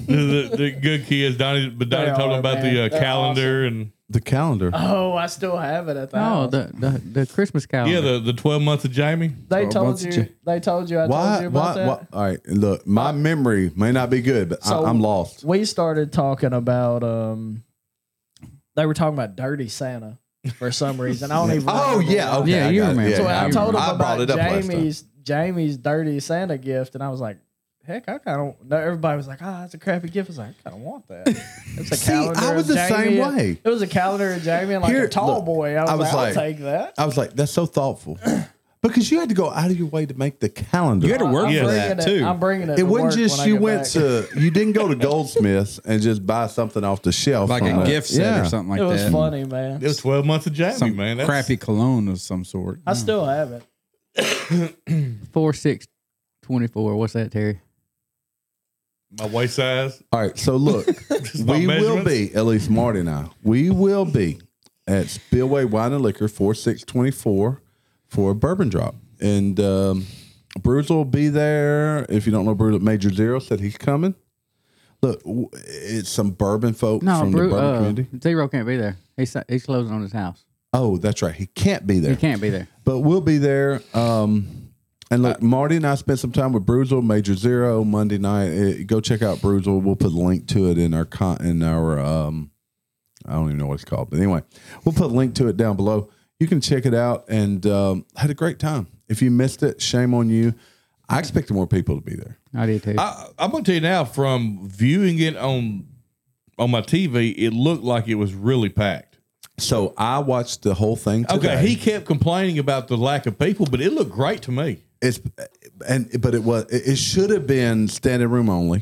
S3: the good kids, Donnie, but Donnie
S4: They
S3: told
S4: are,
S3: him about
S4: man.
S3: the uh,
S4: They're
S3: calendar and
S1: The calendar.
S4: Oh, I still have it at the
S2: No,
S4: house.
S2: the, the the Christmas calendar.
S3: yeah, the, the twelve months of Jamie.
S4: they
S5: Oh,
S4: told
S5: what's
S4: you.
S5: the-
S4: They told you. I told
S1: Why,
S4: you
S1: why,
S4: about that.
S1: why? All right, look, my memory may not be good, but
S4: So-
S1: I, I'm lost.
S4: we started talking about um they were talking about dirty Santa for some reason. I don't even
S1: Oh
S4: remember
S1: yeah,
S4: why.
S1: okay,
S2: Yeah,
S1: I
S2: you
S1: got it.
S2: remember.
S1: Yeah,
S4: So
S2: I
S4: I told him
S1: remember. I
S4: about
S1: brought it up last time.
S4: Jamie's Jamie's dirty Santa gift and I was like, heck, I kinda don't know everybody was like, Ah, that's a crappy gift. I was like, I kinda want that. It's a
S1: See,
S4: calendar.
S1: I was
S4: of
S1: the same
S4: Jamie.
S1: way.
S4: It was a calendar of Jamie and like
S1: Here-
S4: a tall
S1: look,
S4: boy. I was, like, I'll take that.
S1: I was like, that's so thoughtful, because you had to go out of your way to make the calendar.
S5: You had to work
S3: Yeah.
S5: for
S4: Bringing
S5: that
S4: it-
S5: too.
S4: I'm bringing it.
S1: it
S4: to
S1: wasn't
S4: work
S1: just
S4: when I
S1: you
S4: get
S1: went
S4: back.
S1: to you didn't go to Goldsmiths and just buy something off the shelf,
S5: like
S1: on
S5: a
S1: it.
S5: gift set
S1: Yeah.
S5: or something like
S4: It was
S5: that.
S4: funny, man.
S3: It was twelve months of Jamie,
S5: Some
S3: man. That's-
S5: crappy cologne of some sort.
S4: I still have it.
S2: four six twenty four. What's that, Terry?
S3: My waist size.
S1: All right, so look,
S3: my
S1: we will
S3: measurements.
S1: be at least Marty and I. We will be at Spillway Wine and Liquor four six twenty four for a bourbon drop, and um, Bruce will be there. If you don't know Bruce, Major Zero said he's coming. Look, w- it's some bourbon folk
S2: No,
S1: from
S2: Bru-
S1: the bourbon
S2: uh,
S1: community.
S2: Zero can't be there. He's he's closing on his house.
S1: Oh, that's right, he can't be there.
S2: He can't be there.
S1: but we'll be there. Um, and look, Marty and I spent some time with Bruzel, Major Zero, Monday night. Uh, go check out Bruzel. We'll put a link to it in our con- in our um, I don't even know what it's called, but anyway, we'll put a link to it down below. You can check it out and um, had a great time. If you missed it, shame on you. I expected more people to be there.
S2: I did too.
S3: I, I'm gonna tell you now, from viewing it on on my TV, it looked like it was really packed.
S1: So I watched the whole thing. Today.
S3: Okay, he kept complaining about the lack of people, but it looked great to me.
S1: it's and but it was it it should have been standing room only,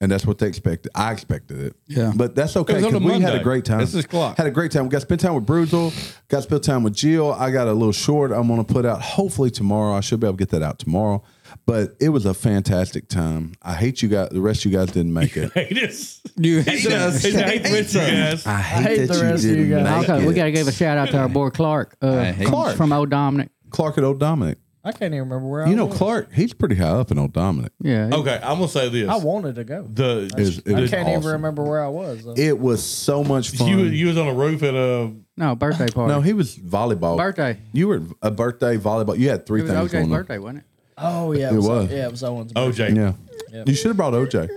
S1: and that's what they expected. I expected it.
S5: Yeah.
S1: but that's okay.
S3: It was on
S1: 'cause
S3: a
S1: We had a
S3: Monday.
S1: great time.
S3: This is clock.
S1: Had a great time. We got to spend time with Brutal. Got to spend time with Jill. I got a little short. I'm going to put out hopefully tomorrow. I should be able to get that out tomorrow. But it was a fantastic time. I hate you guys. The rest of you guys didn't make it.
S3: Hey, this-
S5: You
S3: Hey, hey, with you guys.
S1: I hate,
S4: hate
S1: that
S4: the
S1: you
S4: rest of you
S1: didn't
S4: guys.
S1: make
S2: Okay,
S1: it.
S2: we got to give a shout out to our boy Clark. Uh,
S5: hate
S2: from-
S1: Clark.
S2: from Old Dominic.
S1: Clark and Old Dominic.
S4: I can't even remember where I
S1: You know,
S4: was.
S1: Clark, he's pretty high up in old Dominic.
S2: Yeah. he-
S3: Okay, I'm gonna say this.
S4: I wanted to go.
S3: the
S1: Is- it
S4: I
S1: is
S4: can't even
S1: awesome.
S4: remember where I was. though.
S1: It was so much fun.
S3: you you was on a roof at uh, a
S2: No, birthday party.
S1: no, he was volleyball.
S2: birthday.
S1: you were a birthday volleyball. You had three
S2: It was
S1: things
S2: OJ's
S1: going on.
S2: birthday, wasn't it?
S4: oh yeah, it
S1: It
S4: was,
S1: was.
S4: yeah, it was Owen's.
S5: Oh.
S3: OJ.
S1: Yeah.
S4: Yeah.
S1: You should have brought OJ.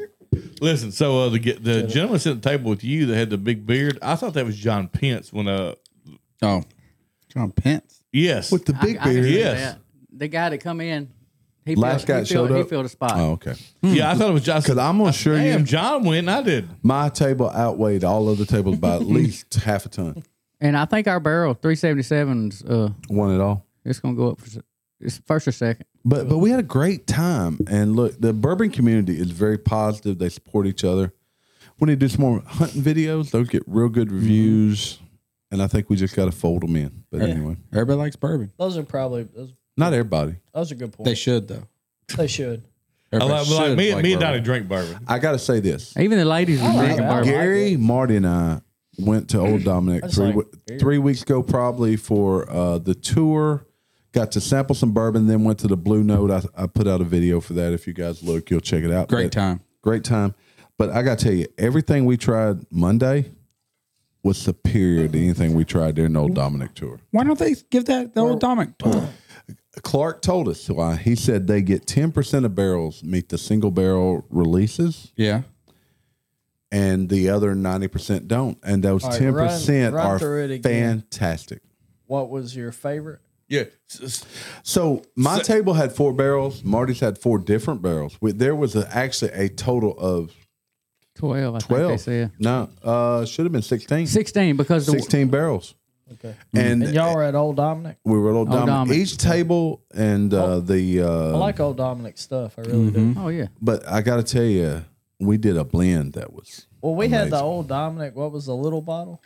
S3: Listen, so uh, the ge- the gentleman sitting at the table with you that had the big beard, I thought that was John Pence when uh
S5: Oh, John Pence.
S3: yes
S1: With the
S2: I-
S1: big
S2: I can
S1: beard.
S2: see
S3: Yes.
S2: that. The guy that come in, he
S1: Last
S2: filled,
S1: guy
S2: he
S1: that showed
S2: filled, he
S1: up?
S2: filled a spot.
S1: Oh, okay.
S3: yeah I thought it was John
S1: Because I'm gonna assure
S3: damn
S1: you,
S3: John went and I did
S1: my table outweighed all other tables by at least half a ton.
S2: And I think our barrel 377's uh
S1: One at all.
S2: it's gonna go up for s- it's first or second.
S1: But but we had a great time. And look, the bourbon community is very positive. They support each other. When they do some more hunting videos, they'll get real good reviews. And I think we just got to fold them in. But anyway,
S5: Everybody likes bourbon.
S4: Those are probably those.
S1: not everybody.
S4: Those are good
S5: They
S4: points.
S5: should though.
S4: They, should.
S3: I like,
S5: Everybody
S3: like
S5: should
S3: me me and
S5: bourbon.
S3: Donnie drink bourbon
S1: I got to say this.
S2: Even the ladies was
S4: Oh,
S2: drinking
S4: yeah.
S2: bourbon.
S4: Yeah.
S1: Gary, Marty, and I went to Old Dominic
S4: That's
S1: three
S4: like
S1: we-
S4: beer.
S1: three weeks ago, probably for uh, the tour. Got to sample some bourbon, then went to the Blue Note. I, I put out a video for that. If you guys look, you'll check it out.
S5: Great
S1: But-
S5: time.
S1: great time. But I gotta tell you, everything we tried Monday was superior to anything we tried during the Old Dominic tour.
S5: Why don't they give that the old Dominic tour?
S1: Clark told us why. He said they get ten percent of barrels meet the single barrel releases.
S5: yeah.
S1: and the other 90% don't. And those
S4: All right,
S1: 10%
S4: run- run through it
S1: are
S4: again.
S1: fantastic.
S4: What was your favorite?
S3: yeah S- s-
S1: So my table had four barrels. Marty's had four different barrels. We, there was a, actually a total of
S2: Twelve, I think they
S1: 12.
S2: said.
S1: No, uh, should have been 16.
S2: Sixteen because the
S1: 16 barrels.
S4: Okay.
S1: And,
S4: And
S3: e
S4: y'all Oh, were at Old Dominic.
S1: we were old
S2: Old
S1: Dominic.
S2: Dominic.
S1: Each table and uh,
S4: Oh.
S1: the. Uh,
S4: I like Old Dominic stuff. I really
S5: Mm-hmm.
S4: do.
S2: Oh yeah.
S1: but I got to tell you, we did a blend that was.
S4: Well, we had the Old Dominic. What was the little bottle?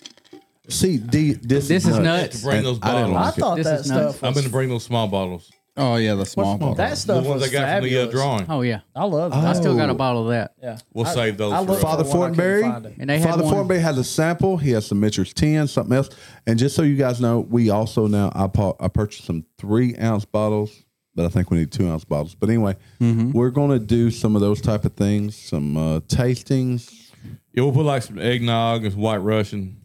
S1: See, D, this,
S2: This is nuts.
S3: Bring
S1: And
S3: those
S1: I didn't
S3: bottles.
S1: like
S4: I
S1: it.
S4: thought
S2: This
S4: that
S2: is nuts.
S4: stuff.
S3: I'm
S4: Was,
S3: gonna bring those small bottles
S5: Oh yeah, the small
S1: small
S5: bottle.
S4: that stuff
S3: the ones
S4: was
S3: I got from
S4: fabulous.
S3: the uh, drawing Uh-huh.
S2: Oh yeah.
S4: I love
S1: Oh.
S4: that.
S2: I still got a bottle of that.
S4: Yeah.
S3: we'll
S4: I-
S3: save those
S4: I
S3: for
S4: looked
S1: Father
S4: for one, I couldn't
S1: Fortenberry?
S4: find it.
S2: And they had
S1: Father
S2: one.
S1: Fortenberry has a sample. He has some Mitchell's 10, something else. And just so you guys know, we also now, I, pa- I purchased some three ounce bottles, but I think we need two ounce bottles. But anyway,
S3: Mm-hmm.
S1: we're going to do some of those type of things, some uh, tastings.
S3: yeah we'll put like some eggnog and some White Russian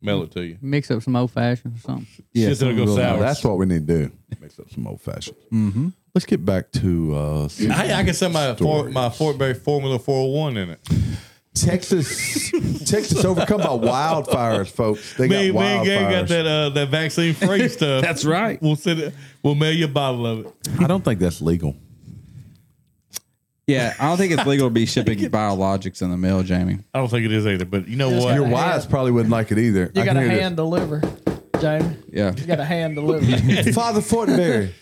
S3: mail it to you
S2: Mix up some old fashioned or something.
S5: Yeah,
S3: shit that'll go
S1: Now,
S3: sour
S1: that's what we need to do. Mix up some old fashioned. Mm-hmm. Let's get back to uh, some
S3: I, I can send my for,
S1: stories.
S3: my Fort Berry Formula 401 in it
S1: Texas, Texas overcome by wildfires, folks. They
S3: Me, me
S1: got
S3: and Gabe got
S1: wildfires.
S3: that uh, that vaccine free stuff.
S5: That's right.
S3: We'll send it. We'll mail you a bottle of it.
S1: I don't think that's legal.
S5: Yeah, I don't think it's legal to be shipping biologics in the mail, Jamie.
S3: I don't think it is either, but you know
S4: Just
S3: what?
S4: got
S1: Your
S4: hand-
S1: wives probably wouldn't like it either.
S4: You
S1: I
S4: got to
S1: can hear
S4: hand deliver, Jamie.
S5: Yeah.
S4: You got to hand deliver.
S1: this. Father Fortenberry.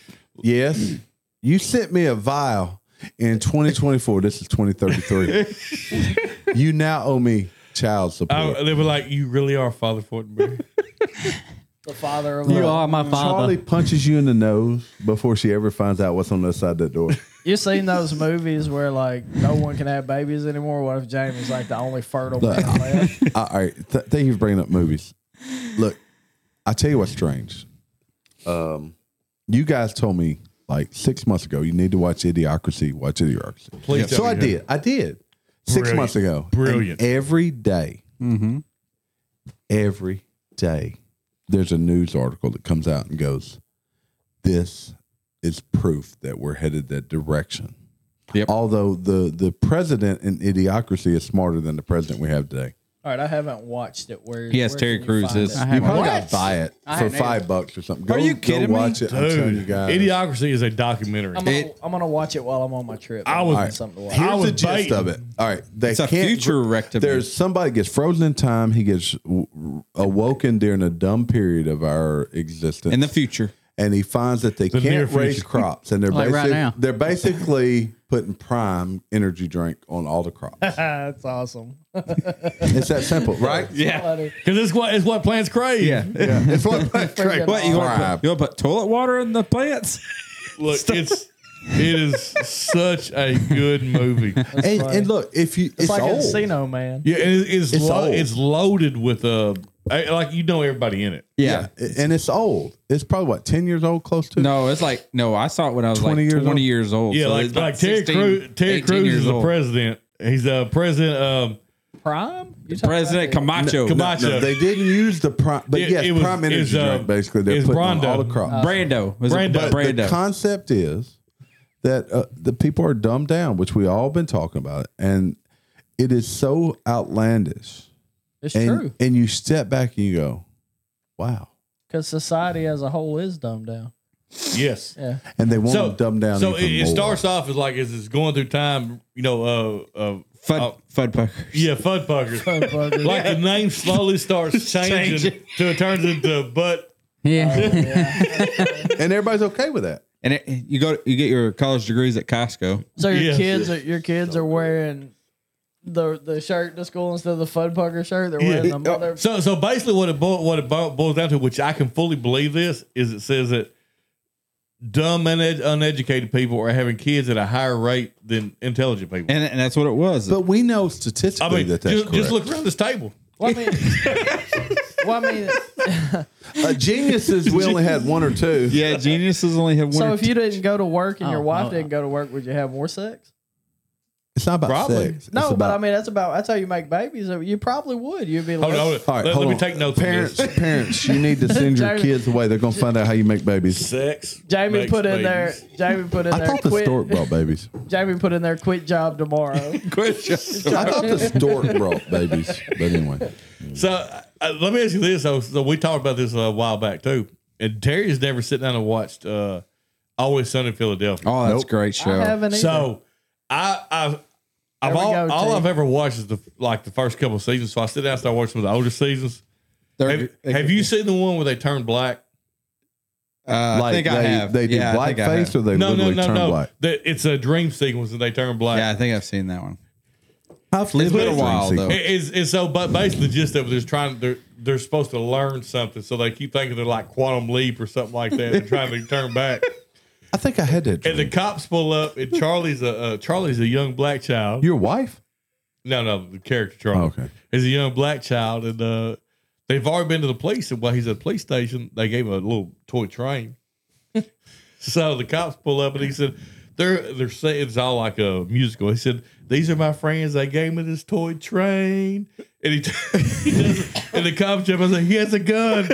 S1: yes, you sent me a vial in 2024. This is 2033. you now owe me child
S3: I,
S1: support.
S3: they were like, "You really are Father Fortenberry."
S4: the father of
S2: You
S4: all.
S2: are my father.
S1: Charlie punches you in the nose before she ever finds out what's on the other side of that door.
S4: You seen those movies where like no one can have babies anymore? What if Jamie's like the only fertile man left?
S1: Uh, all right, th- thank you for bringing up movies. Look, I tell you what's strange. Um, you guys told me like six months ago you need to watch Idiocracy. Watch Idiocracy.
S3: Please
S1: So
S3: tell
S1: I
S3: me.
S1: did. I did. Six
S3: Brilliant.
S1: months ago.
S3: Brilliant.
S1: And every day,
S5: Mm-hmm.
S1: every day, there's a news article that comes out and goes, This is proof that we're headed that direction.
S5: Yep.
S1: Although the, the president in idiocracy is smarter than the president we have today.
S4: All right, I haven't watched it. Where
S5: He has
S4: where
S5: Terry
S4: can you
S5: Crews
S4: find
S5: is-
S4: it?
S2: I
S1: You
S2: haven't-
S1: probably
S2: What?
S1: got to buy it
S2: I
S1: for
S2: haven't
S1: five bucks or something. Go,
S5: Are you
S1: go
S5: kidding me?
S1: watch it. I'm telling you
S3: Dude,
S1: guys.
S3: Idiocracy is a documentary.
S4: I'm gonna,
S5: It-
S4: I'm gonna watch it while I'm on my trip.
S3: I was-
S4: All right. something to watch.
S3: I
S1: Here's
S3: was
S1: the gist
S3: baiting.
S1: of it. All right, they
S5: It's a
S1: can't-
S5: future rectum.
S1: There's somebody gets frozen in time. He gets w- awoken during a dumb period of our existence,
S5: in the future.
S1: and he finds that they
S3: near
S1: can't
S3: future.
S1: raise crops, and they're
S2: Like right
S1: basic-
S2: now.
S1: they're basically putting prime energy drink on all the crops.
S4: That's awesome.
S1: it's that simple, right?
S5: Yeah.
S3: Because it's what it's what plants crave.
S5: Yeah.
S1: It's what
S4: Freaking
S5: What you
S1: Prime.
S5: want? You want to put toilet water in the plants?
S3: Look, it's it is such a good movie.
S1: and, and look, if you, it's,
S4: It's like
S1: old.
S4: Encino Man.
S3: Yeah, and it- it's
S1: It's
S3: lo-
S1: old.
S3: it's loaded with uh I- like you know everybody in it.
S5: Yeah.
S1: A- And it's old. It's probably what, 10 years old, close to?
S5: No, it's like no. I saw it when I was
S1: 20
S5: like
S1: years
S5: twenty
S1: old?
S5: years old.
S3: Yeah,
S5: so
S3: like
S5: it's
S3: like Ted
S5: 16,
S3: Cruz. Ted
S5: 18
S3: Cruz is
S5: years
S3: the
S5: old.
S3: president. He's a president. Um,
S4: Prime? You talking
S5: President
S4: about
S5: Camacho.
S3: Camacho.
S1: No, they didn't use the prime, but
S3: It-
S1: yes,
S3: it was-
S1: prime energy
S3: it's, uh,
S1: drink. Basically, they're
S3: it's
S1: putting on
S3: Brando.
S1: all the crops.
S5: Brando. Was it
S3: Brando.
S5: Brando.
S3: But
S1: Uh, the concept is that uh, the people are dumbed down, which we all been talking about, and it is so outlandish.
S4: the- It's
S1: and
S4: true.
S1: and you step back and you go, "Wow!"
S4: Because society as a whole is dumbed down.
S3: yes.
S4: Yeah.
S1: And they want
S3: So
S1: to dumb down.
S3: So
S1: even
S3: it, it
S1: more.
S3: starts off as like as it's going through time. You know, uh, uh
S5: Fud,
S3: Oh.
S5: Fudpuckers.
S3: yeah, Fudpuckers.
S4: Motherfucker.
S3: like the name slowly starts changing,
S5: Changing.
S3: to it turns into but
S2: Yeah.
S4: Yeah.
S1: and everybody's okay with that.
S5: And it, you go, you get your college degrees at Costco.
S4: So your
S3: Yes.
S4: kids, are, your kids are wearing the the shirt to school instead of the Fudpucker shirt. They're wearing
S1: Oh.
S4: the mother.
S3: So, so basically, what it bo- what it bo- boils down to, which I can fully believe this, is it says that dumb and ed- uneducated people are having kids at a higher rate than intelligent people.
S5: And, and that's what it was.
S1: But we know statistically
S3: I mean,
S1: that that's
S3: just,
S1: correct.
S3: just look around this table.
S4: Well, I mean, well, I mean
S1: uh, geniuses, we only had one or two.
S5: yeah, geniuses only have one.
S4: so
S5: or
S4: if you didn't go to work and your
S2: Oh,
S4: wife
S2: no,
S4: didn't go to work, would you have more sex?
S1: It's not about
S3: Probably.
S1: sex.
S4: No,
S1: it's about,
S4: but I mean that's about that's how you make babies. You probably would. You'd be like,
S3: Hold on, hold on.
S1: All right,
S3: let,
S1: hold
S3: let me
S1: on.
S3: take notes. on
S1: Parents,
S3: this.
S1: parents, you need to send your
S4: Jamie-
S1: kids away. They're gonna find out how you make babies.
S3: sex.
S4: Jamie
S3: makes
S4: put in there.
S3: babies.
S4: Jamie put in
S1: I
S4: there.
S1: thought the
S4: Quit,
S1: stork brought babies.
S4: Jamie put in there. Quit job tomorrow.
S1: I thought the stork brought babies. But anyway,
S3: So uh, let me ask you this. So, so we talked about this a while back too. And Terry has never sat down and watched uh, Always Sunny in Philadelphia.
S5: oh, that's
S1: Nope.
S5: a great show.
S4: I haven't. either.
S3: So I I I've
S4: There we
S3: all,
S4: go,
S3: all
S4: T.
S3: I've ever watched is the like the first couple of seasons. So I sit down and start watching some of the older seasons.
S5: They're-
S3: Have,
S5: they-
S3: have you seen the one where they turn black?
S5: Uh, I think
S1: they,
S5: I have.
S1: They do
S5: yeah, I
S1: black
S5: think I have.
S1: face or they
S3: No, no,
S1: literally
S3: no,
S1: turn
S3: no.
S1: black.
S3: The- it's a dream sequence and they turn black.
S5: Yeah, I think I've seen that one.
S1: I've lived
S5: been
S1: that
S5: a
S1: dream
S5: while,
S1: sequence.
S5: though.
S3: It- It's, it's so, but basically, the gist of it is trying. They're they're supposed to learn something, so they keep thinking they're like quantum leap or something like that, and trying to turn back.
S1: I think I had that. Dream.
S3: And the cops pull up, and Charlie's a uh, Charlie's a young black child.
S1: Your wife?
S3: No, no, the character Charlie
S1: Oh, okay.
S3: is a young black child, and uh, they've already been to the police. And while he's at the police station, they gave him a little toy train. so the cops pull up, and he said, "They're they're saying it's all like a musical." He said, "These are my friends. They gave me this toy train." And he, he does, and the cop jump. I was like, "He has a gun."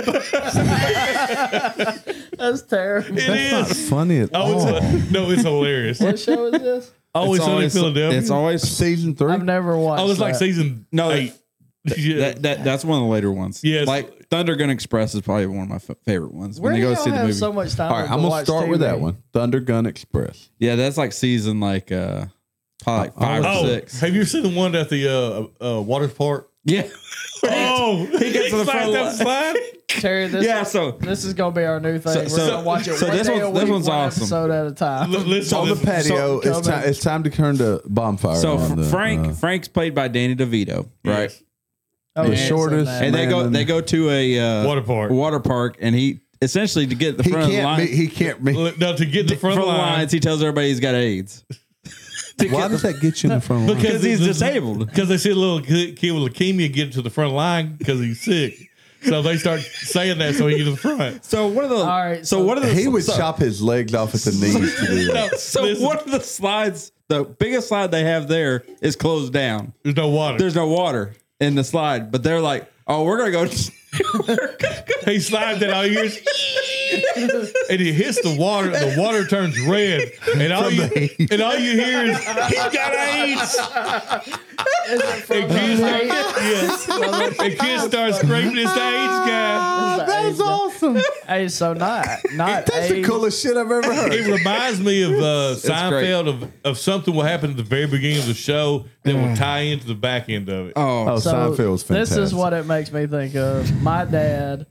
S4: that's terrible.
S3: It
S1: That's
S3: is.
S1: not funny at all.
S3: Oh, it's, no, it's hilarious.
S4: what show is this?
S3: Always
S5: it's
S3: Sunny in
S5: always
S3: Philadelphia.
S5: It's always
S1: Season three.
S4: I've never watched.
S3: oh, it's like
S4: that.
S3: season
S5: No,
S3: eight. Yeah.
S5: that, that. That's one of the later ones.
S3: Yeah, it's-
S5: like Thundergun Express is probably one of my f- favorite ones.
S4: Where
S5: when
S4: do
S5: you go
S4: y'all
S5: see the
S4: have
S5: movie.
S4: so much time?
S1: all right,
S4: to
S1: I'm gonna
S4: watch
S1: start with
S4: TV?
S1: that one. Thunder Gun Express.
S5: yeah, that's like season like uh probably like five
S3: Oh,
S5: or six.
S3: have you ever seen the one at the uh, uh, water park?
S5: Yeah.
S3: Oh, he
S5: gets to the front
S3: slides down
S5: line.
S3: the slide.
S4: Terry, this
S5: Yeah, so
S4: This is gonna be our new thing.
S5: So-
S4: We're
S5: so-
S4: gonna watch it
S5: so
S4: one
S5: this
S4: day a
S5: one's- this
S4: week,
S5: one's
S4: one
S5: awesome.
S4: episode at a time.
S3: L- Listen,
S1: on the
S3: listen.
S1: patio.
S4: so-
S1: it's time. It's time to turn the bonfire.
S5: so
S1: on the,
S5: Frank
S1: uh,
S5: Frank's played by Danny DeVito, right?
S3: Yes.
S4: Oh,
S1: The
S4: yeah, it's in
S1: shortest-
S4: that.
S5: And they go
S1: Man.
S5: they go to a uh,
S3: Water park.
S5: Water park, and he essentially to get the
S1: he
S5: front of the
S1: can't.
S5: line.
S1: Be, he can't. Be,
S3: L- Now to get in the front,
S5: front
S3: line,
S5: lines, he tells everybody he's got AIDS
S1: why does that get you in the front line?
S5: because he's disabled.
S3: because they see a little kid kid with leukemia get to the front line because he's sick. So they start saying that so he get to the front.
S5: So one of the
S4: All right,
S5: so,
S4: so-
S5: one of the
S1: He would
S5: so,
S1: chop his legs off at the knees to do that.
S5: So
S3: Listen.
S5: one of the slides, the biggest slide they have there is closed down.
S3: There's no water.
S5: There's no water in the slide, but they're like, oh, we're gonna go.
S3: he slides that all years. And he hits the water, and the water turns red, and all you and all you hear is he's got AIDS.
S4: Is it from
S3: And kids,
S4: the eight?
S3: yeah. and kids start screaming, "It's the AIDS guy."
S1: That is awesome.
S4: Hey, so not not
S1: That's the
S4: eight.
S1: coolest shit I've ever heard.
S3: It reminds me of uh,
S5: great.
S3: Seinfeld of, of something will happen at the very beginning of the show that will tie into the back end of it.
S1: Mm. Oh,
S5: Oh,
S4: So
S1: Seinfeld was fantastic.
S4: This is what it makes me think of. My dad,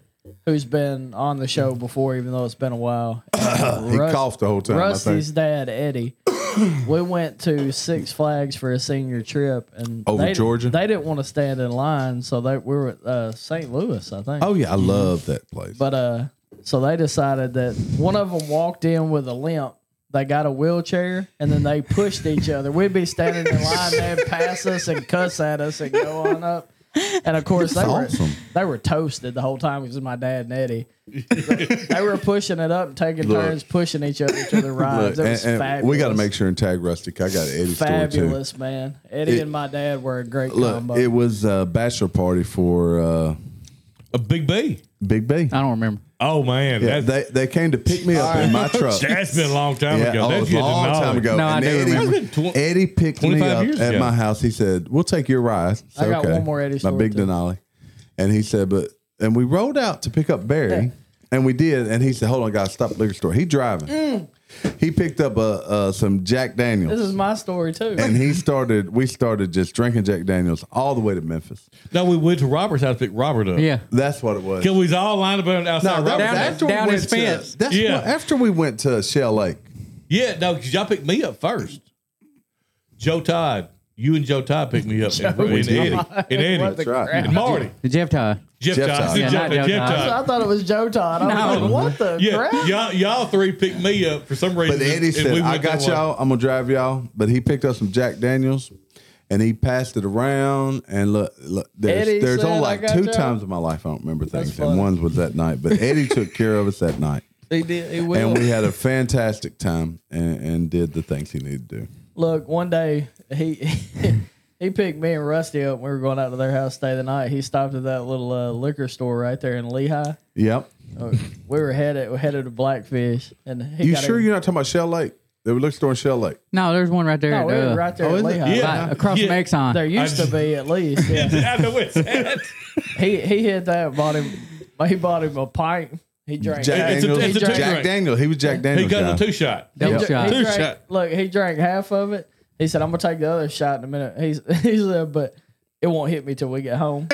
S4: who's been on the show before, even though it's been a while.
S1: he
S4: Rust-
S1: coughed the whole time. I think.
S4: Rusty's dad, Eddie. we went to Six Flags for a senior trip, and
S1: Over
S4: they,
S1: Georgia?
S4: They didn't want to stand in line, so they we were at uh, St. Louis, I think.
S1: Oh yeah, I love that place.
S4: Mm-hmm. But uh, so they decided that one of them walked in with a limp. They got a wheelchair and then they pushed each other. We'd be standing in line, they'd pass us and cuss at us and go on up. And of course, they
S1: That's
S4: were,
S1: awesome.
S4: they were toasted the whole time because my dad and Eddie. they were pushing it up, taking
S1: Look.
S4: turns, pushing each other to the rides.
S1: Look,
S4: it uh, was
S1: and- and
S4: fabulous.
S1: we got to make sure and tag Rustic. I got Eddie's story too.
S4: fabulous, man. Eddie
S1: It-
S4: and my dad were a great combo.
S1: Look, it was a bachelor party for uh,
S3: A big B.
S1: Big B.
S4: Uh,
S2: I don't remember.
S3: Oh man,
S1: Yeah,
S3: that's,
S1: they they came to pick me up in my truck.
S3: that's been a long time
S1: Yeah,
S3: ago.
S1: oh, it
S3: That's
S1: was a long time ago.
S2: No, I
S1: and
S2: do remember.
S1: Eddie,
S3: That's been tw-
S1: Eddie picked me
S3: 25
S1: up
S3: years
S1: at
S3: ago.
S1: my house. He said, "We'll take your ride." said,
S4: I got
S1: okay.
S4: one more Eddie
S1: My
S4: story,
S1: big
S4: too.
S1: Denali, and he said, "But," and we rolled out to pick up Barry, and we did. And he said, "Hold on, guys, stop at the liquor store." He driving. He picked up uh, uh, some Jack Daniels.
S4: Mm. this is my story too.
S1: and he started. We started just drinking Jack Daniels all the way to Memphis.
S3: No, we went to Robert's house to pick Robert up.
S2: Yeah.
S1: That's what it was.
S3: Because we was all lined up outside
S1: No, that was
S3: Robert's.
S2: Down-
S3: house.
S1: after
S2: down
S1: we
S2: his
S1: went
S2: fence.
S1: to. That's
S3: Yeah.
S1: what- after we went to Shell Lake.
S3: Yeah, no, because y'all picked me up first. Joe Todd. You and Joe Todd picked me up. and, and Eddie. And
S4: What the
S3: Eddie.
S1: right.
S4: crap?
S3: And Marty.
S2: The Jeff Todd.
S3: Jeff,
S1: Jeff
S3: Todd.
S1: Todd.
S3: Yeah,
S2: Yeah,
S3: Jeff
S2: not Joe
S3: Todd.
S2: Todd.
S4: So I thought it was Joe Todd. I was
S2: No.
S4: like, what the
S3: Yeah,
S4: crap?
S3: y'all, y'all three picked me up for some reason.
S1: But Eddie
S3: and
S1: said,
S3: we
S1: "I
S3: went
S1: got
S3: to one."
S1: y'all. I'm gonna drive y'all." But he picked up some Jack Daniels, and he passed it around. And look, look there's,
S4: Eddie
S1: there's
S4: said,
S1: only
S4: "I
S1: like
S4: got
S1: two
S4: y'all."
S1: times in my life I don't remember things, and
S4: funny.
S1: one was that night. But Eddie took care of us that night,
S4: They did. He will.
S1: and we had a fantastic time, and, and did the things he needed to do.
S4: Look, one day he he picked me and Rusty up. We were going out to their house, stay the night. He stopped at that little uh, liquor store right there in Lehigh.
S1: Yep.
S4: Uh, we were headed we headed to Blackfish, and he
S1: You
S4: got
S1: sure
S4: in-
S1: you're not talking about Shell Lake? There was a liquor store in Shell Lake.
S2: No, there's one right there.
S4: No, we
S2: at,
S4: were
S2: uh,
S4: right there
S1: oh,
S4: at
S1: is it?
S4: Lehigh.
S3: Yeah.
S2: across
S3: Yeah.
S2: from Exxon.
S4: There used to
S3: just-
S4: be at least. Yeah.
S3: I know where it's at.
S4: he he hit that. Bought him. He bought him a pint. He drank.
S1: Jack
S4: half-
S3: It's a-
S1: Daniels.
S3: it's a two
S1: Jack
S3: drink.
S1: Daniel. He was Jack
S3: He
S1: Daniels.
S3: got the
S1: guy.
S3: two shot.
S2: Double
S4: He
S2: shot.
S4: drank- he
S3: Two
S4: drank-
S3: shot.
S4: Look, he drank half of it. He said, "I'm gonna take the other shot in a minute." He's, he said, "But it won't hit me till we get home."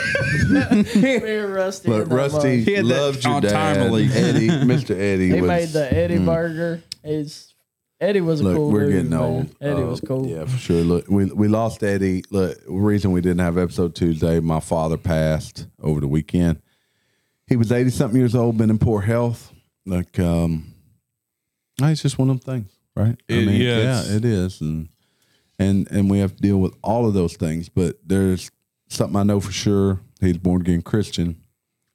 S4: Me and Rusty.
S1: Look,
S4: in that mug.
S5: He
S1: Rusty
S5: had that
S1: loved your
S5: on
S1: dad.
S5: timely.
S1: Eddie, Mr. Eddie.
S4: He
S1: was, mm.
S4: made the Eddie burger. Is Eddie was a
S1: Look,
S4: cool.
S1: we're
S4: dude,
S1: getting
S4: man.
S1: old.
S4: Eddie
S1: Uh,
S4: was cool.
S1: Yeah, for sure. Look, we we lost Eddie. Look, reason we didn't have episode Tuesday. My father passed over the weekend. He was eighty something years old, been in poor health. Like, um, it's just one of them things, right?
S3: It- yeah,
S1: yeah,
S3: it's-
S1: it is, and and and we have to deal with all of those things. But there's something I know for sure. He's born again Christian,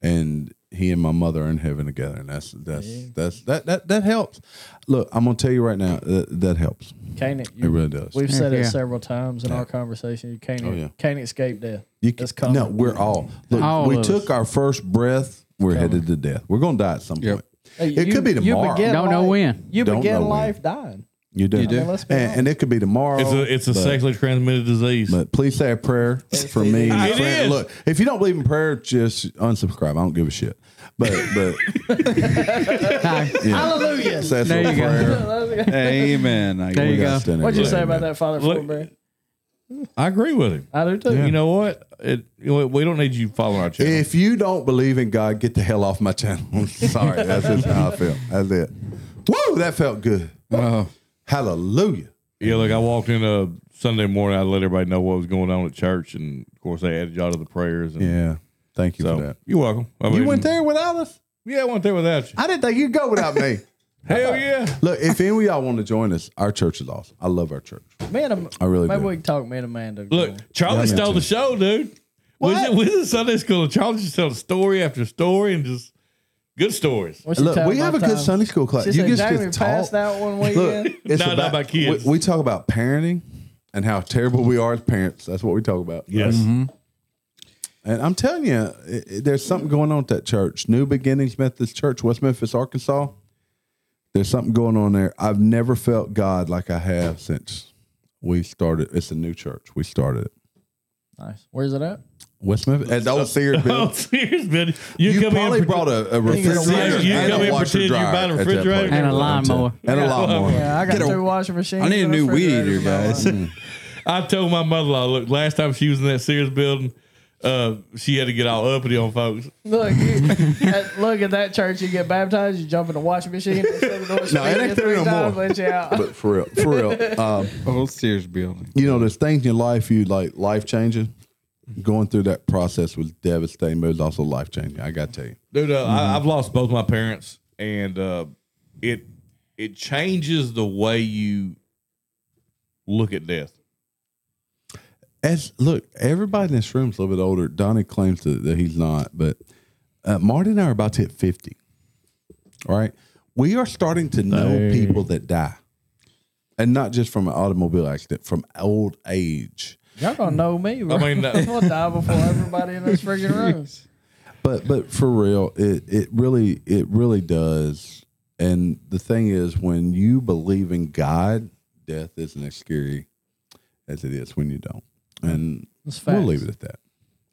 S1: and he and my mother are in heaven together, and that's that's that's that that that helps. Look, I'm gonna tell you right now, that, that helps.
S4: Can't it?
S1: It
S4: You,
S1: really does.
S4: we've said it
S2: Yeah.
S4: several times in our conversation. You can't. e,
S1: Oh, yeah.
S4: Can't escape death.
S1: You
S4: It's
S1: can,
S4: coming.
S1: no, we're all. Look,
S2: All
S1: we
S2: of
S1: took
S2: us.
S1: our first breath. We're headed to death. We're gonna die at some
S5: Yep.
S1: point.
S4: Hey,
S1: It could be tomorrow.
S4: begin
S2: Don't know
S4: life-
S2: when.
S4: You
S1: Don't know
S4: begin
S1: when.
S4: life dying.
S1: You do.
S5: You do.
S4: I mean, let's be
S1: and,
S4: honest.
S1: and it could be tomorrow.
S3: It's a it's a
S1: but,
S3: sexually transmitted disease.
S1: But please say a prayer for me. and
S3: It
S1: a friend.
S3: is.
S1: Look, if you don't believe in prayer, just unsubscribe. I don't give a shit. But but
S2: Hi.
S4: Hallelujah.
S1: say some
S2: There you go.
S1: prayer.
S5: Amen. I
S2: There
S1: We
S2: you
S5: guess.
S1: gotta
S2: go.
S1: stand in
S4: What'd you
S1: agreement.
S4: say about that, Father
S3: Look-
S4: Fulbright?
S3: I agree with him.
S4: I do too.
S3: You know what? It, you know, we don't need you following our channel.
S1: If you don't believe in God, get the hell off my channel. I'm sorry. That's just how I felt. That's it. Woo! That felt good.
S5: Oh,
S1: Hallelujah.
S3: yeah, look, I walked in uh, Sunday morning. I let everybody know what was going on at church, and of course, they added y'all to the prayers. And,
S1: Yeah. Thank you for
S3: so
S1: that.
S3: you're welcome. I
S1: You
S3: mean,
S1: went there without us?
S3: Yeah, I went there without you.
S1: I didn't think you'd go without me.
S3: Hell yeah.
S1: Look, if any of y'all want to join us, our church is awesome. I love our church.
S4: Me and Am-
S1: I really
S4: maybe
S1: do.
S4: we can talk me and Amanda.
S3: Look, Charlie
S1: Yeah, me
S3: stole
S1: too.
S3: the show, dude. Was
S1: What?
S3: it was it Sunday school? and Charlie just told story after story and just good stories.
S4: What's your
S1: Look,
S4: time
S1: we have a
S4: about
S1: good
S4: time?
S1: Sunday school class.
S4: She
S1: you
S4: said
S1: just
S4: Jamie
S1: get to
S4: passed
S1: talk.
S4: out one weekend.
S1: Look, it's
S3: Not- not
S1: about,
S3: my kids.
S1: We, we talk about parenting and how terrible we are as parents. That's what we talk about.
S3: Yes.
S1: And I'm telling you, it, it- there's something going on at that church, New Beginnings Methodist Church, West Memphis, Arkansas. There's something going on there. I've never felt God like I have since we started. It's a new church. We started it.
S4: nice. Where's it at?
S1: West Memphis, at the old Sears
S3: Oh,
S1: building.
S3: serious, man.
S1: Mm-hmm. You,
S3: You, come in
S1: probably
S3: and
S1: brought a, a
S4: You can
S1: refrigerator.
S4: You
S1: and
S4: come
S1: a
S3: in
S1: washer
S3: pretend you
S1: dryer
S3: buy
S1: at
S3: a
S1: that
S3: refrigerator.
S1: place.
S2: And a lawnmower.
S1: And a lawnmower.
S4: Yeah, I got
S5: Get a-
S4: two washing machines.
S5: I need a
S4: and
S5: new weed
S4: refrigerator
S5: eater,
S4: for my
S5: guys.
S4: wife.
S3: I told my mother in law, look, last time she was in that Sears building, uh, she had to get all uppity on folks.
S4: Look, you, at, look at that church. You get baptized. You jump in the washing machine. no,
S1: No, it ain't there no more.
S4: Let you out.
S1: But for real, for real, um,
S5: old Sears building.
S1: you know, there's things in life you like life changing. Going through that process was devastating, but it was also life changing. I got to tell you.
S3: Dude, uh, I, I've lost both my parents, and uh, it it changes the way you look at death.
S1: as look, everybody in this room's a little bit older. Donnie claims that, that he's not, but uh, Marty and I are about to hit fifty. All right, we are starting to know people that die, and not just from an automobile accident, from old age.
S4: Y'all gonna know me, bro.
S3: mean, uh, that-
S4: I'm gonna die before everybody in this freaking room.
S1: But but for real, it it really it really does. And the thing is, when you believe in God, death isn't as scary as it is when you don't. And
S4: That's
S1: we'll
S4: facts.
S1: leave it at that.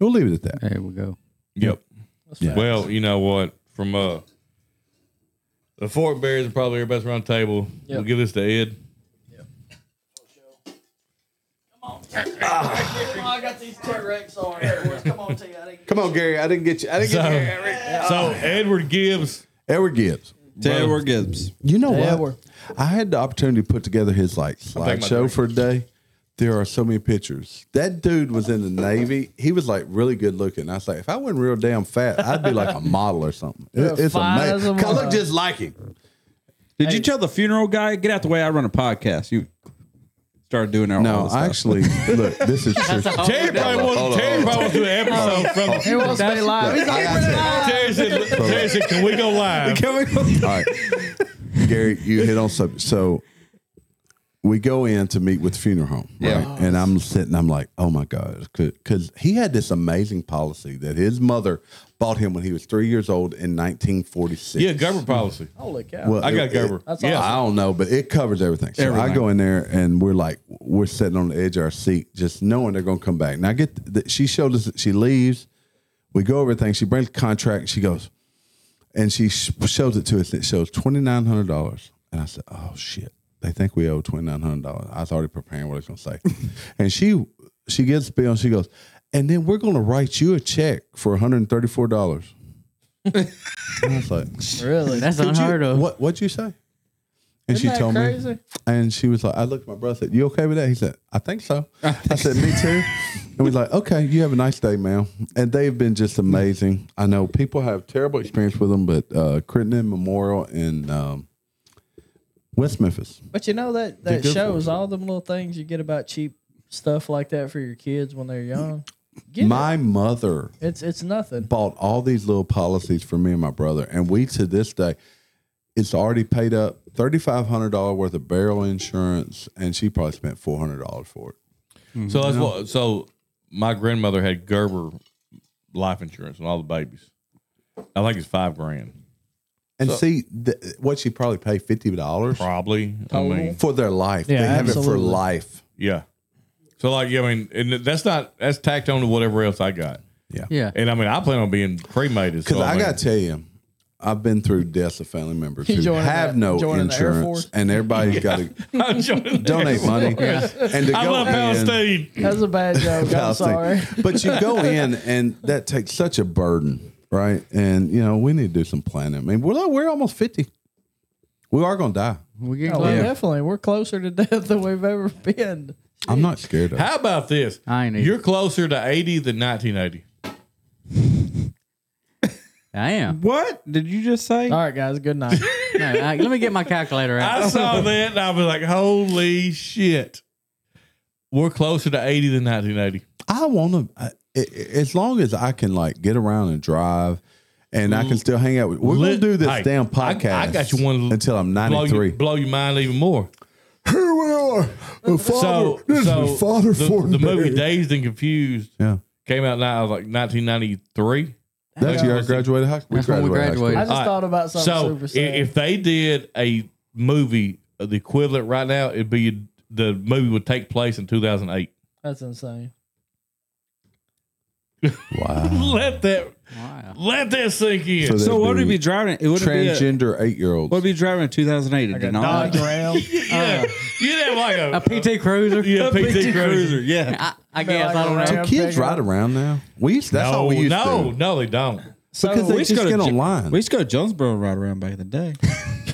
S1: We'll leave it at that.
S2: There we go.
S3: Yep.
S4: That's facts.
S3: Well, you know what? From uh, the Fort Bears and probably everybody's around the table. We'll give this to Ed.
S4: Oh, I got these T Rex on here. boys. Come on, T. I didn't
S1: Come on, Gary. I didn't get you. I didn't
S3: So,
S1: get you.
S3: so Edward Gibbs.
S1: Edward Gibbs.
S5: Taylor Gibbs.
S1: You know
S4: Yeah,
S1: what?
S4: we're-
S1: I had the opportunity to put together his like
S3: take my
S1: slideshow
S3: drink.
S1: for a day. There are so many pictures. That dude was in the Navy. He was like really good looking. I was like, if I wasn't real damn fat, I'd be like a model or something. It-
S4: Yeah,
S1: it's
S4: fine as a
S1: amazing. 'Cause I look
S4: mother.
S1: just like him.
S5: Did you tell the funeral guy get out the way? I run a podcast. You started doing all
S1: No,
S5: this
S1: I
S5: stuff.
S1: actually look. This is true.
S3: Terry probably wants. Terry probably wants to do an episode from.
S4: He wants to be live. He's
S1: I got you.
S3: Terry said, Terry said, "Can we go live?"
S1: All right, Gary, you hit on something. So we go in to meet with funeral home, right? And I'm sitting, I'm like, oh my god, because he had this amazing policy that his mother bought him when he was three years old in 1946.
S3: Yeah, government policy.
S4: Holy cow.
S1: Well,
S3: I got
S1: it-
S3: Gerber.
S1: it-
S4: That's
S1: yeah,
S4: awesome.
S1: I don't know, but it covers everything. So I
S5: Everything.
S1: go in there and we're like, we're sitting on the edge of our seat, just knowing they're going to come back. Now, get th- she showed us that she leaves. We go over everything. She brings the contract. And she goes, and she sh- shows it to us. It shows twenty nine hundred dollars, and I said, "Oh shit, they think we owe twenty nine hundred dollars." I was already preparing what I was going to say, and she she gets the bill and she goes, "And then we're going to write you a check for one hundred thirty four dollars." I was like,
S4: really?
S2: That's
S1: "Could you-
S2: unheard of.
S1: What what'd you say? And
S4: Isn't
S1: she
S4: that
S1: told me.
S4: crazy?
S1: And she was like, I looked at my brother, I said, You okay with that? He said, I think so. I said, Me too. And we was like, Okay, you have a nice day, ma'am. And they've been just amazing. I know people have terrible experience with them, but uh, Crittenden Memorial in um, West Memphis.
S4: But you know that
S1: They're
S4: that
S1: good for
S4: shows
S1: it.
S4: all them little things you get about cheap stuff like that for your kids when they're young. Get it.
S1: My mother
S4: It's it's nothing.
S1: bought all these little policies for me and my brother, and we to this day, it's already paid up thirty five hundred dollars worth of barrel insurance, and she probably spent four hundred dollars for it.
S3: So that's what. So my grandmother had Gerber life insurance on all the babies. I think it's five grand,
S1: And see, th- what she probably paid fifty dollars
S3: probably. I mean,
S1: for their life.
S2: Yeah,
S1: they have it for
S4: absolutely.
S1: life.
S3: yeah. So like, yeah, I mean, and that's not that's tacked on to whatever else I got.
S2: Yeah.
S3: And I mean, I plan on being cremated.
S1: Because
S3: so,
S1: I,
S3: mean,
S1: got to tell you, I've been through deaths of family members who
S4: Joining
S1: have
S4: the-
S1: no
S4: joining the Air
S1: insurance,
S4: Force.
S1: and everybody's got to
S3: I'm joining the-
S1: donate money. And to
S3: I
S1: go
S3: love
S1: in-
S3: Palestine.
S4: That's a bad joke. I'm sorry.
S1: Palestine. but you go in, and that takes such a burden, right? And you know, we need to do some planning. I mean, we're we're almost fifty. We are gonna die.
S2: We get
S4: Oh, well,
S2: close.
S4: Definitely, we're closer to death than we've ever been.
S1: I'm not scared of. it.
S3: How about this?
S2: I ain't either.
S3: You're closer to 80 than 1980.
S2: I am.
S5: What did you just say?
S4: All right, guys. Good night.
S2: No, I- let me get my calculator
S3: I
S2: out.
S3: saw that and I was like, holy shit. We're closer to 80 than 1980.
S1: I want to. As long as I can, like, get around and drive, and I can still hang out. with We're
S3: Mm. Lit-
S1: gonna do this
S3: Hey,
S1: damn
S3: I- I
S1: podcast.
S3: got you one-
S1: until I'm
S3: Blow, you,
S1: 93.
S3: blow your mind even more.
S1: Here we are, the father.
S3: So,
S1: this
S3: so
S1: is father
S3: the,
S1: for
S3: the movie Dazed and Confused
S1: Yeah,
S3: came out now like 1993.
S1: that's
S3: Yeah.
S1: year I graduated high school.
S2: That's when we
S4: I
S2: graduated.
S4: just
S3: All right.
S4: thought about something
S3: so
S4: super
S3: i-
S4: sad.
S3: if they did a movie, of the equivalent right now, it'd be the movie would take place in 2008.
S4: That's insane.
S1: Wow.
S3: Let that
S2: Wow.
S3: let that sink in.
S1: So
S5: so
S1: that'd
S5: what would
S1: be
S5: he be driving? It would be a,
S1: Transgender eight year
S5: what
S1: old.
S5: would he be driving in 2008? A Denali?
S4: Ram.
S3: yeah, you'd have like a,
S2: A PT Cruiser.
S3: yeah, PT, cruiser.
S5: Yeah.
S2: I, I guess I don't
S4: like a
S2: know.
S4: ram.
S1: Kids
S4: Bigger.
S1: ride around now. We used, that's
S3: no,
S1: all we used
S3: no,
S1: to.
S3: no, they don't.
S4: So
S1: Because
S5: We
S1: they
S5: used
S1: just
S5: to go
S1: get
S5: to J-
S1: online.
S5: We used to go to Jonesboro right around back in the day.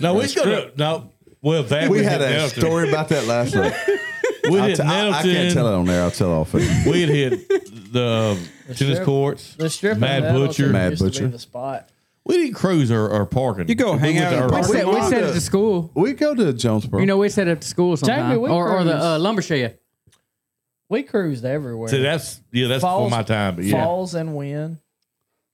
S3: No, we gonna no. Well, that
S1: We had
S3: hit
S1: a
S3: Nettleton.
S1: story about that last night.
S3: We
S1: I,
S3: hit
S1: t- I, I
S3: Nettleton.
S1: can't tell it on there. I'll tell it off. air.
S3: We had hit the um, tennis
S4: strip-
S3: courts.
S4: the strip
S3: Mad Butcher.
S1: Mad
S4: Mad
S1: Butcher.
S4: Butcher the spot.
S3: We didn't cruise or, or parking.
S5: You go
S3: We
S5: hang
S3: went
S5: out
S3: to
S5: at
S3: our-
S5: the
S2: We
S5: park.
S2: said, we said it to school.
S1: We go to Jonesboro.
S2: You know, we said it to school
S4: Jamie,
S2: sometimes.
S4: we
S2: Or, or the
S4: cruise.
S2: uh, lumber shed.
S4: We cruised everywhere.
S3: See, that's yeah, that's
S4: Falls-
S3: before my time, but yeah.
S4: Falls and win.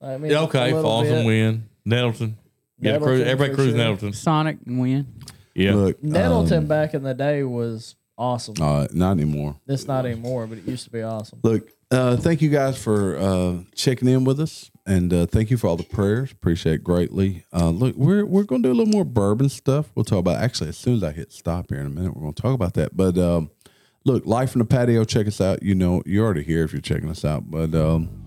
S4: I mean,
S3: Yeah,
S4: a
S3: okay,
S4: little
S3: Falls
S4: bit.
S3: and Win, Nettleton. Yeah, cruise,
S4: Nettleton
S3: everybody
S4: for
S3: cruise
S4: sure.
S3: Nettleton.
S2: Sonic and win.
S3: Yeah,
S1: Look,
S4: Nettleton
S1: um,
S4: back in the day was awesome.
S3: Oh.
S1: uh, not anymore.
S4: it's not anymore, but it used to be awesome.
S1: Look, uh, thank you guys for uh, checking in with us, and uh, thank you for all the prayers. Appreciate greatly. Uh, look, we're we're gonna do a little more bourbon stuff. We'll talk about actually as soon as I hit stop here in a minute, we're gonna talk about that. But um, look, life from the patio. Check us out. You know, you're already here if you're checking us out. But um,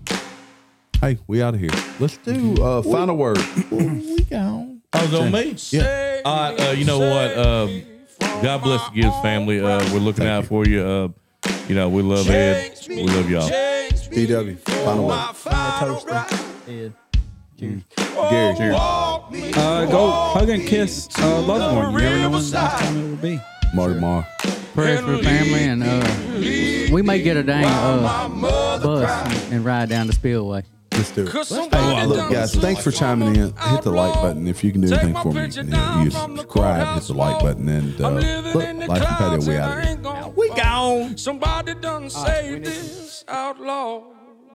S1: hey, we out of here. Let's do uh, final word.
S3: I was on me.
S1: Yeah.
S3: All right, uh, you know what? Um God bless the Gibbs family. Uh, we're looking out for you. Uh, you know, we love Ed. We love y'all.
S1: DW. Final word.
S4: Yeah.
S1: Gary.
S5: Uh, go hug and kiss a loved one. You never know when the last time it will be.
S1: Marty Mar.
S2: Prayers for the family, and uh, we may get a dang uh, bus and, and ride down the spillway.
S1: Let's do it. Hey, look, guys, thanks for chiming in. Hit the like button if you can do anything for me. You know, you subscribe, hit the like button, and uh, look, Life and Patio, we out of here.
S6: We gone. Somebody done say this outlaw.